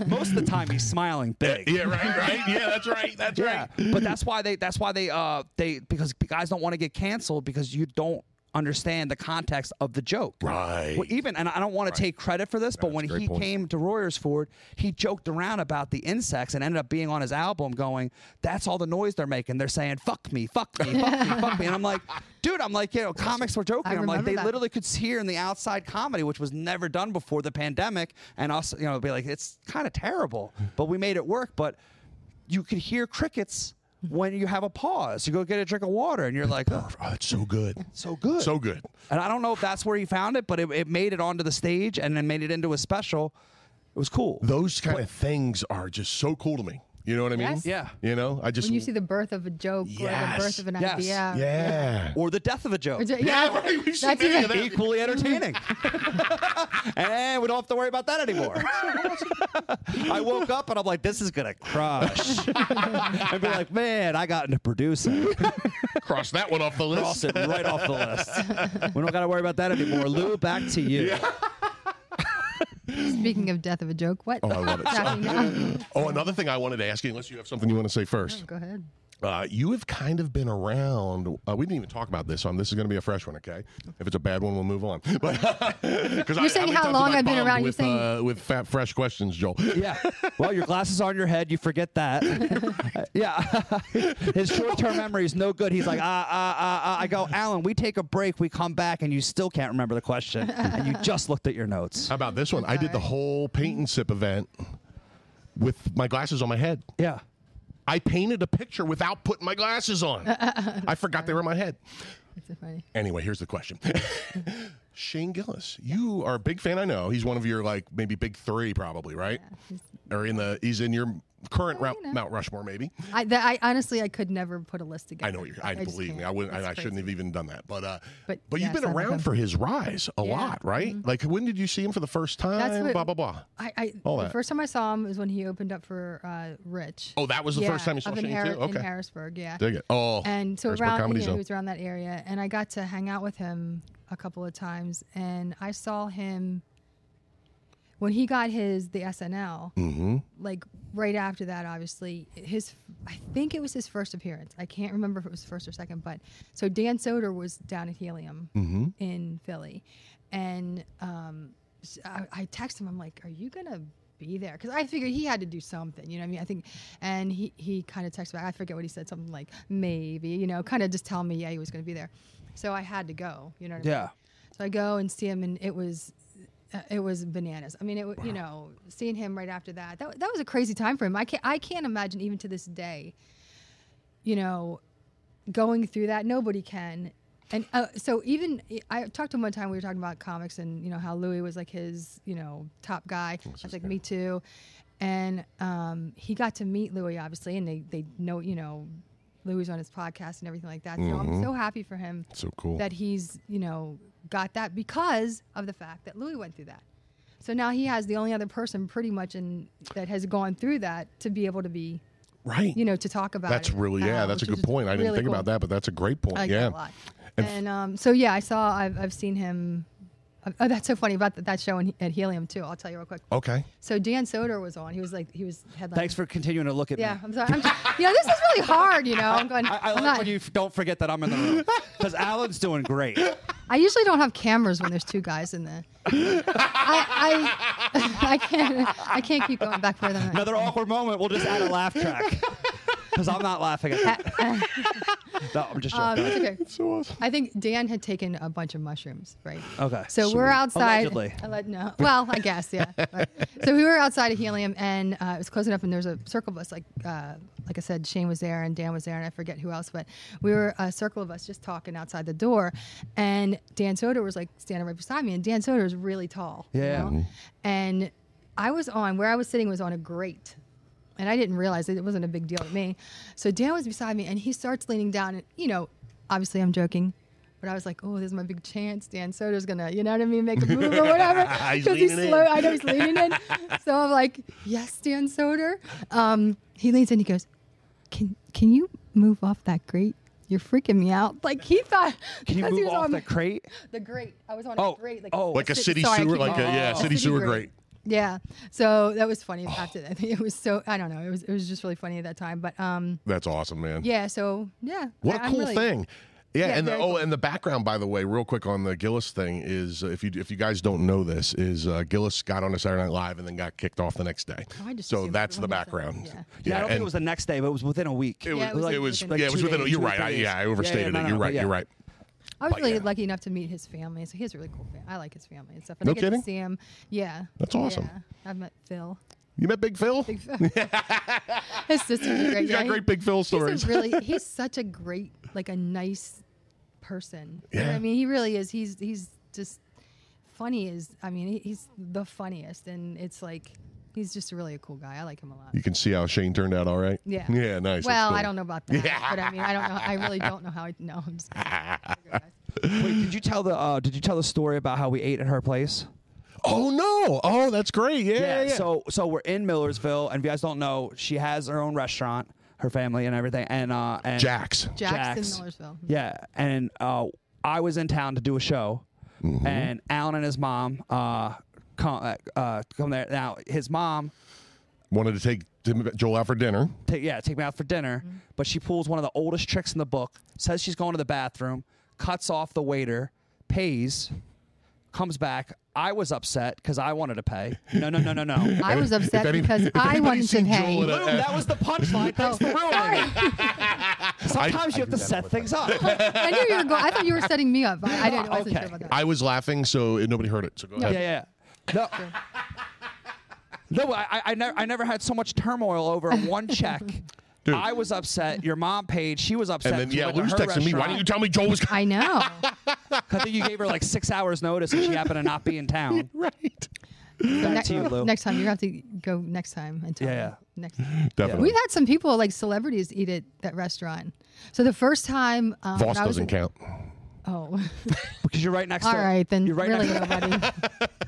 Speaker 10: Most of the time, he's smiling big.
Speaker 9: Yeah, right, right. Yeah, that's right. That's
Speaker 10: Yeah,
Speaker 9: right.
Speaker 10: but that's why they that's why they uh they because guys don't want to get canceled because you don't understand the context of the joke.
Speaker 9: Right.
Speaker 10: Well, even and I don't want to take credit for this, but
Speaker 9: that's a
Speaker 10: when
Speaker 9: great
Speaker 10: he
Speaker 9: point.
Speaker 10: came to Royersford, he joked around about the insects and ended up being on his album going, "That's all the noise they're making. They're saying fuck me, fuck me, fuck me, fuck me." And I'm like, "Dude, I'm like, you know, comics were joking.
Speaker 4: I
Speaker 10: I'm like,
Speaker 4: remember
Speaker 10: they
Speaker 4: that.
Speaker 10: literally could hear in the outside comedy, which was never done before the pandemic, and us, you know, be like, it's kind of terrible, but we made it work. But you could hear crickets when you have a pause. You go get a drink of water, and you're like, oh,
Speaker 9: Oh, that's so good.
Speaker 10: so good.
Speaker 9: So good.
Speaker 10: And I don't know if that's where he found it, but it, it made it onto the stage and then made it into a special. It was cool.
Speaker 9: Those kind of things are just so cool to me. You know what I mean?
Speaker 4: Yes.
Speaker 10: Yeah.
Speaker 9: You know, I just
Speaker 4: when you see the birth of a joke or the
Speaker 9: Yes.
Speaker 4: birth of an
Speaker 10: Yes.
Speaker 4: idea.
Speaker 9: yeah.
Speaker 10: or the death of a joke.
Speaker 4: Or ju-
Speaker 9: Yeah,
Speaker 4: yeah.
Speaker 9: right. We've seen
Speaker 4: That's
Speaker 9: many
Speaker 4: even-
Speaker 9: of that.
Speaker 10: Equally entertaining. and we don't have to worry about that anymore. I woke up and I'm like, this is going to crush. and be like, man, I got into producing.
Speaker 9: Cross that one off the list.
Speaker 10: Cross it right off the list. We don't got to worry about that anymore. Lou, back to you.
Speaker 4: Speaking of death of a joke, what?
Speaker 9: Oh, I love it.
Speaker 4: What's happening now?
Speaker 9: Oh, another thing I wanted to ask you, unless you have something you want to say first.
Speaker 4: Go ahead.
Speaker 9: Uh, you have kind of been around. Uh, we didn't even talk about this. On this is going to be a fresh one, okay? If it's a bad one, we'll move on. But because
Speaker 4: saying how long I've been around, you're
Speaker 9: With,
Speaker 4: saying-
Speaker 9: uh, with fat, fresh questions, Joel.
Speaker 10: Yeah. Well, your glasses are on your head. You forget that. yeah. His short-term memory is no good. He's like, ah, ah, ah, ah. I go, Alan, we take a break. We come back, and you still can't remember the question, and you just looked at your notes.
Speaker 9: How about this one? I did the whole paint and sip event with my glasses on my head.
Speaker 10: Yeah.
Speaker 9: I painted a picture without putting my glasses on. I forgot they were on my head.
Speaker 4: It's so funny.
Speaker 9: Anyway, here's the question. Shane Gillis, you are a big fan. I know he's one of your like maybe big three, probably right, or in the he's in your current Ra-
Speaker 4: Oh, know.
Speaker 9: Mount Rushmore, maybe.
Speaker 4: I, that, I honestly I could never put a list together.
Speaker 9: I know what you're. I,
Speaker 4: just
Speaker 9: believe me.
Speaker 4: can't.
Speaker 9: I wouldn't.
Speaker 4: It's
Speaker 9: I, I shouldn't
Speaker 4: crazy.
Speaker 9: have even done that. But uh, but,
Speaker 4: But, yes,
Speaker 9: you've been
Speaker 4: I love
Speaker 9: around
Speaker 4: him.
Speaker 9: for his rise a
Speaker 4: Yeah. Mm-hmm.
Speaker 9: lot, right? Like when did you see him for the first time?
Speaker 4: That's what-
Speaker 9: blah blah blah.
Speaker 4: I, I
Speaker 9: All
Speaker 4: the
Speaker 9: that.
Speaker 4: first time I saw him was when he opened up for uh, Rich.
Speaker 9: Oh, that was the
Speaker 4: Yeah,
Speaker 9: first time you saw
Speaker 4: up in
Speaker 9: Shane
Speaker 4: Har-
Speaker 9: too. Okay,
Speaker 4: in Harrisburg, yeah.
Speaker 9: dig it. Oh,
Speaker 4: and so
Speaker 9: Harrisburg
Speaker 4: around
Speaker 9: Comedy
Speaker 4: you know,
Speaker 9: Zone.
Speaker 4: he was around that area, and I got to hang out with him a couple of times, and I saw him when he got his the SNL, like right after that. Obviously, his I think it was his first appearance. I can't remember if it was first or second, but so Dan Soder was down at Helium in Philly, and um, s- I, I text him. I'm like, "Are you gonna?" be there because I figured he had to do something. You know what I mean? I think, and he he kind of texted back. I forget what he said. Something like maybe, you know, kind of just tell me yeah he was going to be there. So I had to go. You know what I
Speaker 6: Yeah.
Speaker 4: mean? So I go and see him, and it was. uh, It was bananas. I mean, it w you know, seeing him right after that, that that was a crazy time for him. I can't, I can't imagine even to this day, you know, going through that nobody can and uh, so even i talked to him one time we were talking about comics and you know how louis was like his you know top guy i was like me too and um, he got to meet louis obviously and they they know you know louis on his podcast and everything like that so i'm so happy for him
Speaker 9: So cool.
Speaker 4: that he's you know got that because of the fact that louis went through that so now he has the only other person pretty much in that has gone through that to be able to be
Speaker 9: right.
Speaker 4: you know to talk about
Speaker 9: that's
Speaker 4: it.
Speaker 9: really yeah.
Speaker 4: Uh,
Speaker 9: that's a
Speaker 4: which is
Speaker 9: good point. I didn't
Speaker 4: really
Speaker 9: think
Speaker 4: cool.
Speaker 9: about that, but that's a great point.
Speaker 4: I like
Speaker 9: yeah.
Speaker 4: that a lot. And um, so yeah, I saw. I've, I've seen him. Oh, that's so funny about that, that show in, at Helium too. I'll tell you real quick.
Speaker 9: Okay.
Speaker 4: So Dan Soder was on. He was like he was headline.
Speaker 10: Thanks for continuing to look at
Speaker 4: Yeah,
Speaker 10: me.
Speaker 4: I'm sorry. I'm just, you know, this is really hard. You know, I'm going.
Speaker 10: I, I
Speaker 4: am
Speaker 10: like
Speaker 4: not,
Speaker 10: when you f- don't forget that I'm in the room because Alan's doing great.
Speaker 4: I usually don't have cameras when there's two guys in the. I, I, I can't. I can't keep going back further. Than that.
Speaker 10: Another awkward moment. We'll just add a laugh track because I'm not laughing at that. No, I'm just
Speaker 4: Um,
Speaker 10: joking.
Speaker 4: it's okay.
Speaker 9: So awesome.
Speaker 4: I think Dan had taken a bunch of mushrooms, right?
Speaker 10: Okay.
Speaker 4: So
Speaker 10: So-
Speaker 4: we're outside.
Speaker 10: Allegedly.
Speaker 4: Alle- no. Well, I guess, yeah. Right. So we were outside of Helium, and uh, it was close enough, and there was a circle of us. Like, uh, like I said, Shane was there, and Dan was there, and I forget who else, but we were a circle of us just talking outside the door, and Dan Soder was like standing right beside me, and Dan Soder is really tall. you
Speaker 10: Yeah.
Speaker 4: know?
Speaker 10: Mhm.
Speaker 4: And I was on where I was sitting was on a grate and I didn't realize it, it wasn't a big deal to me. So Dan was beside me, and he starts leaning down, and you know, obviously I'm joking, but I was like, "Oh, this is my big chance. Dan Soder's gonna, you know what I mean, make a move or whatever."
Speaker 9: He's
Speaker 4: 'Cause
Speaker 9: leaning in.
Speaker 4: I know he's leaning in, so I'm like, "Yes, Dan Soder." Um, he leans in, he goes, "Can can you move off that grate? You're freaking me out." Like he thought,
Speaker 10: Can you
Speaker 4: because he
Speaker 10: move
Speaker 4: was
Speaker 10: off
Speaker 4: on
Speaker 10: the crate?
Speaker 4: the grate. I was on
Speaker 10: Oh,
Speaker 4: a grate, like
Speaker 10: oh.
Speaker 9: Like a
Speaker 4: si-
Speaker 9: city
Speaker 4: sorry, I
Speaker 9: sewer,
Speaker 4: keep
Speaker 9: like a
Speaker 4: calling it
Speaker 9: yeah,
Speaker 4: a
Speaker 9: city sewer Oh. grate.
Speaker 4: yeah. So that was funny after that. I think it was so I don't know. It was it was just really funny at that time. But um
Speaker 9: That's awesome, man.
Speaker 4: yeah, so yeah.
Speaker 9: What
Speaker 4: a
Speaker 9: a cool thing. Yeah,
Speaker 4: Yeah,
Speaker 9: and the,
Speaker 4: very
Speaker 9: oh,
Speaker 4: cool.
Speaker 9: and the background, by the way, real quick on the Gillis thing is uh, if you if you guys don't know this, is uh, Gillis got on a Saturday Night Live and then got kicked off the next day.
Speaker 4: Oh, I just
Speaker 9: so
Speaker 4: assumed
Speaker 9: that's the
Speaker 4: everyone does that.
Speaker 9: background.
Speaker 4: Yeah.
Speaker 10: Yeah, I don't think
Speaker 9: and-
Speaker 10: it was the next day, but it was within a week.
Speaker 9: It was,
Speaker 4: Yeah,
Speaker 9: it
Speaker 4: it
Speaker 9: was,
Speaker 4: was
Speaker 9: yeah,
Speaker 4: like
Speaker 9: it was,
Speaker 4: within two
Speaker 9: within,
Speaker 10: days,
Speaker 9: you're
Speaker 10: two or
Speaker 9: right.
Speaker 10: three
Speaker 9: I,
Speaker 10: days.
Speaker 9: yeah, I
Speaker 10: Yeah, yeah,
Speaker 9: overstated
Speaker 10: no,
Speaker 9: it.
Speaker 10: no,
Speaker 9: You're
Speaker 10: no,
Speaker 9: right.
Speaker 10: yeah.
Speaker 9: You're right.
Speaker 4: I was
Speaker 9: But
Speaker 4: really
Speaker 9: yeah.
Speaker 4: lucky enough to meet his family. So he has a really cool family. I like his family and stuff. And
Speaker 9: No
Speaker 4: I get
Speaker 9: kidding?
Speaker 4: to see him. Yeah.
Speaker 9: That's awesome.
Speaker 4: Yeah. I met Phil.
Speaker 9: You met Big Phil?
Speaker 4: His sister's a great.
Speaker 9: He's got
Speaker 4: yeah,
Speaker 9: great Big Phil stories.
Speaker 4: He's a really he's such a great like a nice person. You know what
Speaker 9: Yeah.
Speaker 4: I mean, he really is. He's he's just funny is I mean, he- he's the funniest and it's like he's just really a cool guy. I like him a lot.
Speaker 9: you can see how Shane turned out all right.
Speaker 4: Yeah.
Speaker 9: Yeah, nice.
Speaker 4: Well,
Speaker 9: That's cool.
Speaker 4: I don't know about that. But I mean, I don't know. I really don't know how I no, I'm just kidding.
Speaker 10: Wait, did you tell the uh, did you tell the story about how we ate at her place?
Speaker 9: Oh no! Oh, that's great. Yeah, yeah. yeah.
Speaker 10: So so we're in Millersville, and if you guys don't know, she has her own restaurant, her family and everything, and uh and
Speaker 9: Jax.
Speaker 4: Jackson
Speaker 10: Jax.
Speaker 4: Millersville.
Speaker 10: Yeah, and uh, I was in town to do a show,
Speaker 9: Mm-hmm.
Speaker 10: and Alan and his mom uh, come uh, come there. Now his mom,
Speaker 9: Wanted to take Tim- Joel out for dinner.
Speaker 10: take, yeah, take me out for dinner, but she pulls one of the oldest tricks in the book. Says she's going to the bathroom, cuts off the waiter, pays, comes back. I was upset because I wanted to pay. No, no, no, no, no.
Speaker 4: I was upset
Speaker 9: any-
Speaker 4: because
Speaker 9: if
Speaker 4: I
Speaker 9: anybody's
Speaker 4: wanted to
Speaker 9: seen Joel
Speaker 4: pay.
Speaker 9: at
Speaker 10: Boom, that was the punchline. Thanks for ruining it. Sometimes you have to set things up. yeah,
Speaker 4: I knew you were going. I thought you were setting me up. I, I didn't. I wasn't
Speaker 10: Okay.
Speaker 4: sure about that.
Speaker 9: I was laughing, so nobody heard it. So go ahead.
Speaker 10: yeah. No. No, I, I, I, never, I never had so much turmoil over one check.
Speaker 9: Dude.
Speaker 10: I was upset. Your mom paid. She was upset.
Speaker 9: And then
Speaker 10: she
Speaker 9: yeah,
Speaker 10: went to
Speaker 9: Lou's
Speaker 10: her
Speaker 9: texting me. Why
Speaker 10: restaurant."
Speaker 9: didn't you tell me Joel was coming?
Speaker 4: I know.
Speaker 10: I think you gave her like six hours notice, and she happened to not be in town.
Speaker 9: Right.
Speaker 4: Ne-
Speaker 10: to you, Lou.
Speaker 4: next time, you're going to have to go next time. And tell
Speaker 10: Yeah,
Speaker 4: them.
Speaker 10: yeah.
Speaker 4: Next time.
Speaker 9: Definitely.
Speaker 4: We've had some people, like celebrities, eat at that restaurant. So the first time. Um,
Speaker 9: Voss
Speaker 4: when I was
Speaker 9: doesn't
Speaker 4: in-
Speaker 9: count.
Speaker 4: Oh,
Speaker 10: Because you're right next.
Speaker 4: all
Speaker 10: to,
Speaker 4: right. Then
Speaker 10: you're right
Speaker 4: really
Speaker 10: next.
Speaker 4: nobody.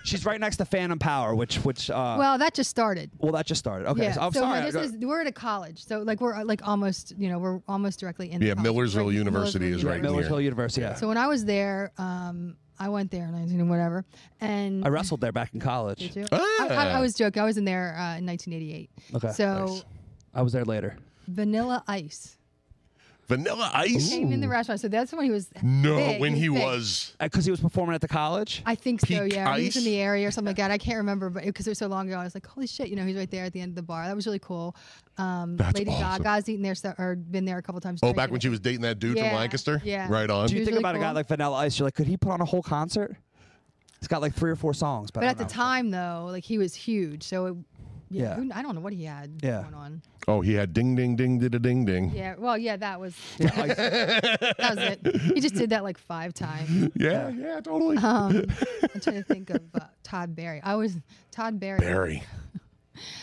Speaker 10: She's right next to Phantom Power, which which. Uh, well,
Speaker 4: well, that just started.
Speaker 10: that just started. Okay,
Speaker 4: yeah.
Speaker 10: so I'm
Speaker 4: so
Speaker 10: sorry. uh,
Speaker 4: this is we're at a college, so like we're uh, like almost you know we're almost directly in. the
Speaker 9: Yeah,
Speaker 4: college.
Speaker 9: Millersville
Speaker 4: Right,
Speaker 9: University is right
Speaker 10: Millers
Speaker 9: here.
Speaker 10: Hill University. Yeah.
Speaker 4: So when I was there, um, I went there in 19 whatever, and
Speaker 10: I wrestled there back in college.
Speaker 4: Did you?
Speaker 9: Ah.
Speaker 4: I, I, I was joking. I was in there uh, in 1988.
Speaker 10: Okay.
Speaker 4: So
Speaker 10: I was there later.
Speaker 4: Vanilla Ice
Speaker 9: Vanilla Ice.
Speaker 4: came in the restaurant. So that's when he was.
Speaker 9: No,
Speaker 4: big,
Speaker 9: when he
Speaker 4: big.
Speaker 9: was
Speaker 10: Because Uh, he was performing at the college.
Speaker 4: I think so.
Speaker 9: peak
Speaker 4: Yeah, he was in
Speaker 9: ice?
Speaker 4: the area or something like that. I can't remember, but because it, was so long ago, I was like, "Holy shit!" You know, he's right there at the end of the bar. That was really cool. Um, Lady
Speaker 9: awesome.
Speaker 4: Gaga's eaten there so, or been there a couple times.
Speaker 9: oh,
Speaker 4: drinking
Speaker 9: back when
Speaker 4: it.
Speaker 9: she was dating that dude
Speaker 4: Yeah,
Speaker 9: from Lancaster.
Speaker 4: yeah.
Speaker 9: Right on.
Speaker 10: Do you
Speaker 4: was
Speaker 10: think
Speaker 4: really
Speaker 10: about a guy
Speaker 4: cool.
Speaker 10: like Vanilla Ice? You're like, could he put on a whole concert? He's got like three or four songs, but,
Speaker 4: But
Speaker 10: I
Speaker 4: at the
Speaker 10: don't know.
Speaker 4: time, though, like he was huge. So, it, yeah,
Speaker 10: Yeah.
Speaker 4: who- I don't know what he had
Speaker 10: Yeah.
Speaker 4: going on.
Speaker 9: oh, he had ding ding ding did a ding ding.
Speaker 4: Yeah, well, yeah, that was
Speaker 10: Yeah, like-
Speaker 4: that was it. He just did that like five times.
Speaker 9: Yeah, yeah, totally.
Speaker 4: Um, I'm trying to think of uh, Todd Barry. I was Todd Barry.
Speaker 9: Barry.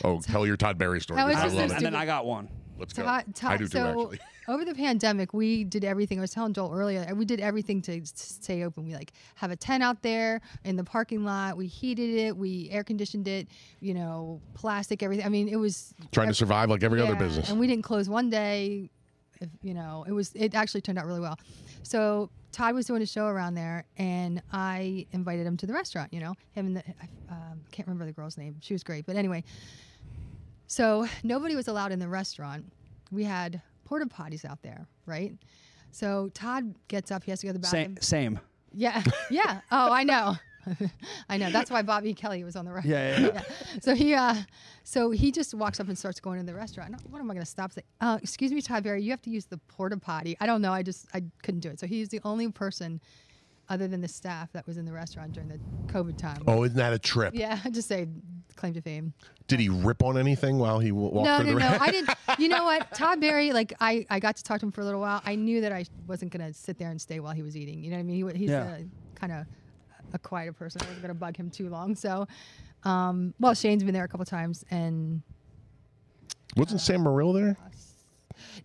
Speaker 9: Oh, tell your Todd Barry story.
Speaker 4: That was
Speaker 9: I
Speaker 4: just
Speaker 9: love
Speaker 4: so
Speaker 9: it.
Speaker 10: and then I got one.
Speaker 9: Let's go.
Speaker 4: Todd, Todd,
Speaker 9: I do too,
Speaker 4: so
Speaker 9: actually.
Speaker 4: over the pandemic, we did everything. I was telling Joel earlier, we did everything to s- stay open. We like have a tent out there in the parking lot. We heated it. We air conditioned it. You know, plastic everything. I mean, it was
Speaker 9: Trying to survive like every other
Speaker 4: Yeah,
Speaker 9: business.
Speaker 4: And we didn't close one day. If, you know, it was it actually turned out really well. So Todd was doing a show around there, and I invited him to the restaurant. You know, him and the I um, can't remember the girl's name. She was great, but anyway. So nobody was allowed in the restaurant. We had porta potties out there, right? So Todd gets up. He has to go to the bathroom.
Speaker 10: Same. same.
Speaker 4: Yeah, yeah. Oh, I know. I know. That's why Bobby Kelly was on the record.
Speaker 10: Yeah, yeah,
Speaker 4: So he, uh, so he just walks up and starts going to the restaurant. No, What am I going to stop? Say, uh, excuse me, Todd Berry, you have to use the porta potty. I don't know. I just I couldn't do it. So he's the only person, other than the staff, that was in the restaurant during the COVID time.
Speaker 9: oh, isn't that a trip?
Speaker 4: Yeah, I just say claim to fame.
Speaker 9: Did he rip on anything while he w- walked
Speaker 4: No,
Speaker 9: through
Speaker 4: no, no.
Speaker 9: the
Speaker 4: I didn't. You know what? Todd Berry, like I, I got to talk to him for a little while. I knew that I wasn't gonna sit there and stay while he was eating. You know what I mean? He, wa- he's
Speaker 10: Yeah.
Speaker 4: a kind of a quieter person. I wasn't gonna bug him too long. So, um, well, Shane's been there a couple times, and
Speaker 9: Wasn't Sam Morrill there?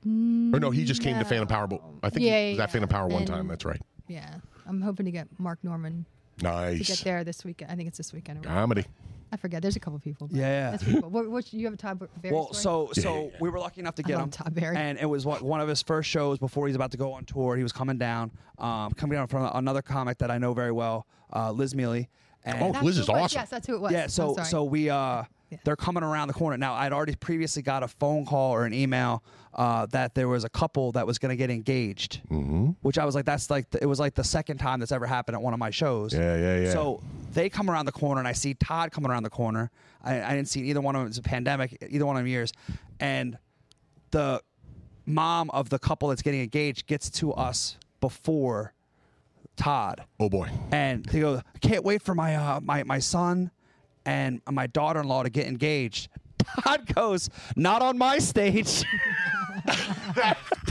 Speaker 9: Or no, he just came to Phantom Power. But I think
Speaker 4: Yeah,
Speaker 9: he was
Speaker 4: yeah,
Speaker 9: at Phantom Power one
Speaker 4: and-
Speaker 9: time. That's right.
Speaker 4: yeah, I'm hoping to get Mark Norman to get
Speaker 9: Nice
Speaker 4: there this weekend. I think it's this weekend.
Speaker 9: comedy.
Speaker 4: I forget. There's a couple people. but
Speaker 10: Yeah, yeah.
Speaker 4: That's pretty cool. What, what you have a Todd Berry
Speaker 10: Well,
Speaker 4: story?
Speaker 10: so so we were lucky enough to get
Speaker 4: love
Speaker 10: him,
Speaker 4: Todd Barry.
Speaker 10: and it was what, one of his first shows before he's about to go on tour. He was coming down, um, coming down from another comic that I know very well, uh, Liz Mealy. And
Speaker 9: Oh,
Speaker 4: That's
Speaker 9: Liz
Speaker 4: who
Speaker 9: is
Speaker 4: it was.
Speaker 9: awesome.
Speaker 4: Yes, that's who it was.
Speaker 10: Yeah,
Speaker 4: I'm
Speaker 10: so
Speaker 4: sorry.
Speaker 10: so we uh they're coming around the corner. Now I'd already previously got a phone call or an email uh, that there was a couple that was going to get engaged, mm-hmm. which I was like, that's like the, it was like the second time that's ever happened at one of my shows.
Speaker 9: Yeah, yeah, yeah.
Speaker 10: So they come around the corner, and I see Todd coming around the corner. I, I didn't see either one of them. It's a pandemic, either one of them years, and the mom of the couple that's getting engaged gets to us before Todd
Speaker 9: Oh boy.
Speaker 10: and they go, I can't wait for my uh, my my son and my daughter in law to get engaged. Todd goes, not on my stage.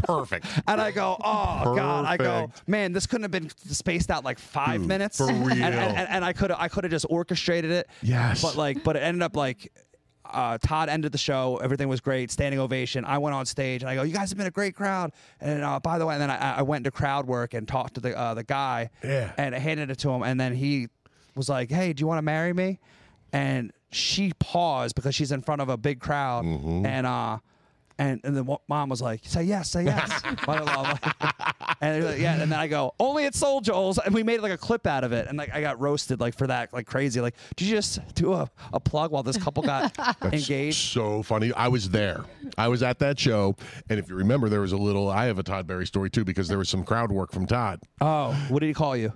Speaker 9: Perfect.
Speaker 10: And I go, oh god! I go,
Speaker 9: Perfect.
Speaker 10: man, this couldn't have been spaced out like five
Speaker 9: Dude,
Speaker 10: minutes.
Speaker 9: for
Speaker 10: And,
Speaker 9: real.
Speaker 10: and, and- and I could I could have just orchestrated it.
Speaker 9: Yes.
Speaker 10: But like, but it ended up like. Uh, Todd ended the show. Everything was great. Standing ovation. I went on stage and I go, "You guys have been a great crowd." And uh, by the way, and then I, I went into crowd work and talked to the uh, the guy.
Speaker 9: Yeah.
Speaker 10: And I handed it to him, and then he was like, "Hey, do you want to marry me?" And she paused because she's in front of a big crowd, and uh, and, and the mom was like, "Say yes, say yes." Mother-in-law, like- and they're like, yeah, and then I go, "Only at Soul Joel's," and we made like a clip out of it, and like I got roasted like for that, like crazy. Like, did you just do a, a plug while this couple got engaged?
Speaker 9: So funny. I was there. I was at that show, and if you remember, there was a little. I have a Todd Barry story too because there was some crowd work from Todd.
Speaker 10: Oh, what did he call you?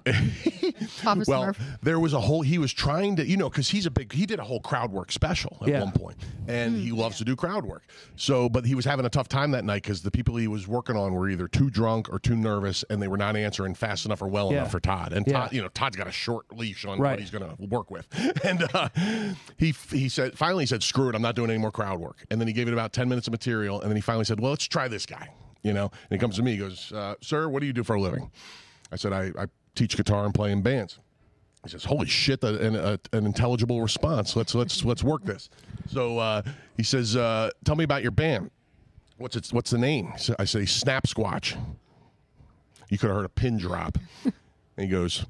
Speaker 4: Papa
Speaker 9: well,
Speaker 4: Smurf.
Speaker 9: there was a whole. He was trying to, you know, because he's a big. He did a whole crowd work special at
Speaker 10: Yeah.
Speaker 9: one point, and
Speaker 4: Mm,
Speaker 9: he loves to do crowd work. So, but he was having a tough time that night because the people he was working on were either too drunk or too nervous, and they were not answering fast enough or well
Speaker 10: Yeah.
Speaker 9: enough for Todd. And
Speaker 10: Yeah.
Speaker 9: Todd, you know, Todd's got a short leash on
Speaker 10: Right.
Speaker 9: what he's going to work with. And uh, he he said finally he said, "Screw it, I'm not doing any more crowd work." And then he gave it about ten minutes of material, and then he finally said, "Well, let's try this guy." You know, and he comes to me, he goes, uh, "Sir, what do you do for a living?" I said, "I, I teach guitar and play in bands." He says, "Holy shit! That, an, uh, an intelligible response. Let's let's let's work this." So uh, he says, uh, "Tell me about your band. What's its What's the name?" So I say, "Snap Squatch." You could have heard a pin drop. and he goes,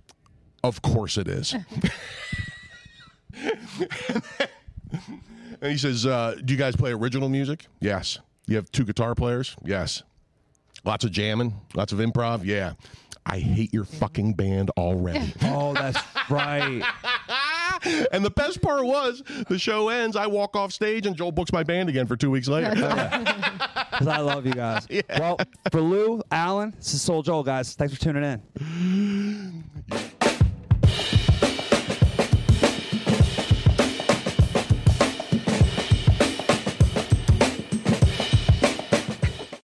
Speaker 9: "Of course it is." and he says, uh, "Do you guys play original music?" Yes. You have two guitar players? Yes. Lots of jamming, lots of improv. Yeah. I hate your fucking band already.
Speaker 10: Oh, that's right.
Speaker 9: And the best part was the show ends. I walk off stage and Joel books my band again for two weeks later.
Speaker 10: 'Cause I love you guys. Well, for Lou, Alan, this is Soul Joel, guys. Thanks for tuning in.